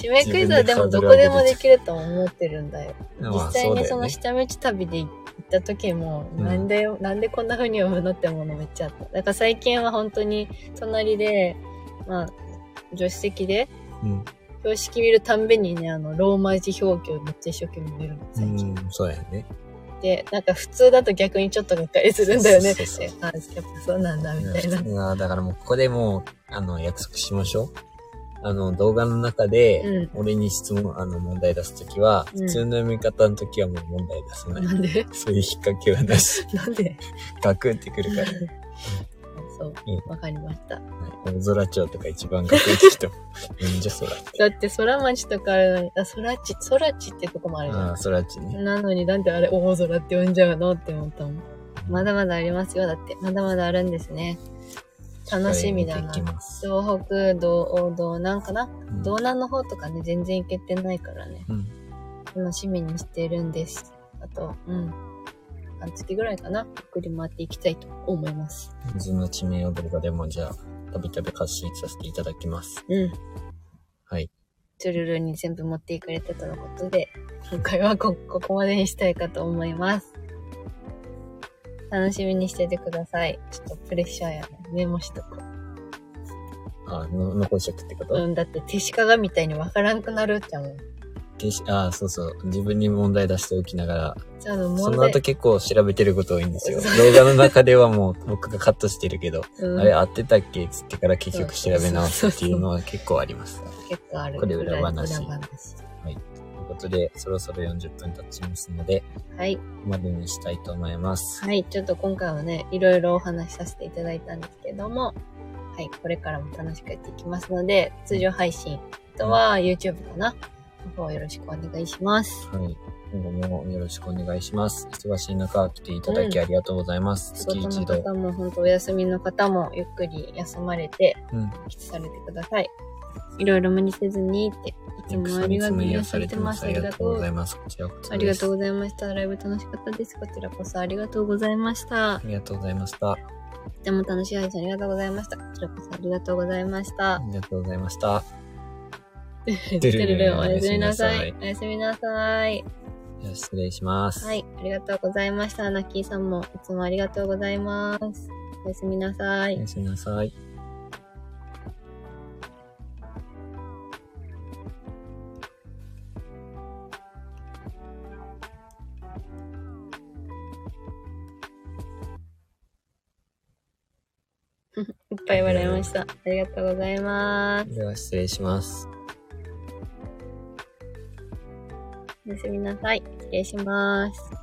Speaker 2: 締めクイズはでもどこでもできると思ってるんだよ。
Speaker 1: まあ
Speaker 2: 実際
Speaker 1: うだ
Speaker 2: にそ
Speaker 1: よ
Speaker 2: の
Speaker 1: ね。
Speaker 2: 下道旅で行った時も、
Speaker 1: うん
Speaker 2: なんで、なんでこんな風に読むのってものめっちゃあった。だから最近は本当に隣で、まあ、助手席で、
Speaker 1: うん。
Speaker 2: 標識見るたんびにね、あの、ローマ字表記をめっちゃ一生懸命見るの、最近。
Speaker 1: うん、そうやね。
Speaker 2: で、なんか普通だと逆にちょっとがっかりするんだよねって
Speaker 1: そうそうそ
Speaker 2: あ、やっぱそうなんだみたいな。
Speaker 1: うんあーだからもうここでもう、あの、約束しましょう。あの、動画の中で、
Speaker 2: うん
Speaker 1: 俺に質問、あの、問題出すときは、
Speaker 2: うん
Speaker 1: 普通の読み方のときはもう問題出さない。
Speaker 2: なんで
Speaker 1: そういう引っ掛けはな
Speaker 2: [laughs]
Speaker 1: し。
Speaker 2: なんで
Speaker 1: ガクってくるから。
Speaker 2: そう
Speaker 1: うん、
Speaker 2: わかりました。
Speaker 1: はい大空町とか一番ガクってきた。
Speaker 2: [laughs]
Speaker 1: うんじゃ空って。
Speaker 2: だって空町とかあるのに、あ、空地、空地ってとこもあるじゃ
Speaker 1: ああ、
Speaker 2: ん。
Speaker 1: 空地ね。
Speaker 2: なのになんであれ大空って呼んじゃうのって思ったもん。まだまだありますよ。だって、まだまだあるんですね。楽しみだな
Speaker 1: しっかり見ていきます
Speaker 2: 東北、道道南かな
Speaker 1: うん
Speaker 2: 道南の方とかね、全然行けてないからね、
Speaker 1: うん。
Speaker 2: 楽しみにしてるんです。あと、うん。半月ぐらいかな、ゆっくり回っていきたいと思います。
Speaker 1: 水の地名をどこかでも、じゃあ、たびたび発信させていただきます。
Speaker 2: うん。
Speaker 1: はい。
Speaker 2: チョルルに全部持っていかれたとのことで、今回はこ、ここまでにしたいかと思います。楽しみにしててください。ちょっとプレッシャーやね。メモしとこう。
Speaker 1: あ、の残しとくってこと、
Speaker 2: うん、だって手しかがみたいにわからんくなるってもん。
Speaker 1: 決しあ、そうそう。自分に問題出しておきながら、
Speaker 2: じゃあ、あの
Speaker 1: そ
Speaker 2: 問
Speaker 1: の
Speaker 2: 題
Speaker 1: 後、結構調べてること多いんですよ。動画の中ではもう [laughs] 僕がカットしてるけど、
Speaker 2: うん、
Speaker 1: あれ合ってたっけつってから結局調べ直すっていうのは結構あります。
Speaker 2: 結構ある。
Speaker 1: これ裏話
Speaker 2: 裏話
Speaker 1: ということで、そろそろ40分経ちますので、
Speaker 2: はい。
Speaker 1: ここまでにしたいと思います。
Speaker 2: はい、ちょっと今回はね、いろいろお話しさせていただいたんですけども、はい、これからも楽しくやっていきますので、通常配信、あとは YouTube かな、の方よろしくお願いします。
Speaker 1: はい。今後もよろしくお願いします。忙しい中来ていただき
Speaker 2: う
Speaker 1: ありがとうございます。
Speaker 2: 仕
Speaker 1: 月
Speaker 2: 事の
Speaker 1: 一度。
Speaker 2: 方も、本当お休みの方も、ゆっくり休まれて、
Speaker 1: うん。
Speaker 2: 帰宅されてください。いろいろ無理せずにって、いつ
Speaker 1: たく
Speaker 2: も
Speaker 1: さ
Speaker 2: あ
Speaker 1: ん
Speaker 2: り
Speaker 1: いつ
Speaker 2: がと
Speaker 1: も
Speaker 2: うご
Speaker 1: 癒
Speaker 2: ざい
Speaker 1: や
Speaker 2: ま
Speaker 1: されてます。
Speaker 2: す。
Speaker 1: あ
Speaker 2: あ
Speaker 1: り
Speaker 2: り
Speaker 1: が
Speaker 2: が
Speaker 1: と
Speaker 2: と
Speaker 1: う
Speaker 2: う
Speaker 1: ご
Speaker 2: ご
Speaker 1: ざ
Speaker 2: ざ
Speaker 1: い
Speaker 2: い
Speaker 1: ます。こちらこそ
Speaker 2: ありがとうご
Speaker 1: ざい
Speaker 2: ざいました。ライブ楽しかったです。こちらこそありがとうございました
Speaker 1: ます。あ。りがとうございました。あ
Speaker 2: とても楽しい配信ありがとうございました。こちらこそありがとうございました。
Speaker 1: りがとうございま
Speaker 2: [laughs]
Speaker 1: した。
Speaker 2: てるるんおやすみなさい。おやすみなさい。
Speaker 1: じゃあ失礼します。
Speaker 2: はい、ありがとうございました。ナッキーさんもいつもありがとうございます。おやすみなさい
Speaker 1: お。やすみなさい。
Speaker 2: いっぱい笑いました。ありがとうございます。
Speaker 1: では失礼します。
Speaker 2: おやすみなさい。失礼します。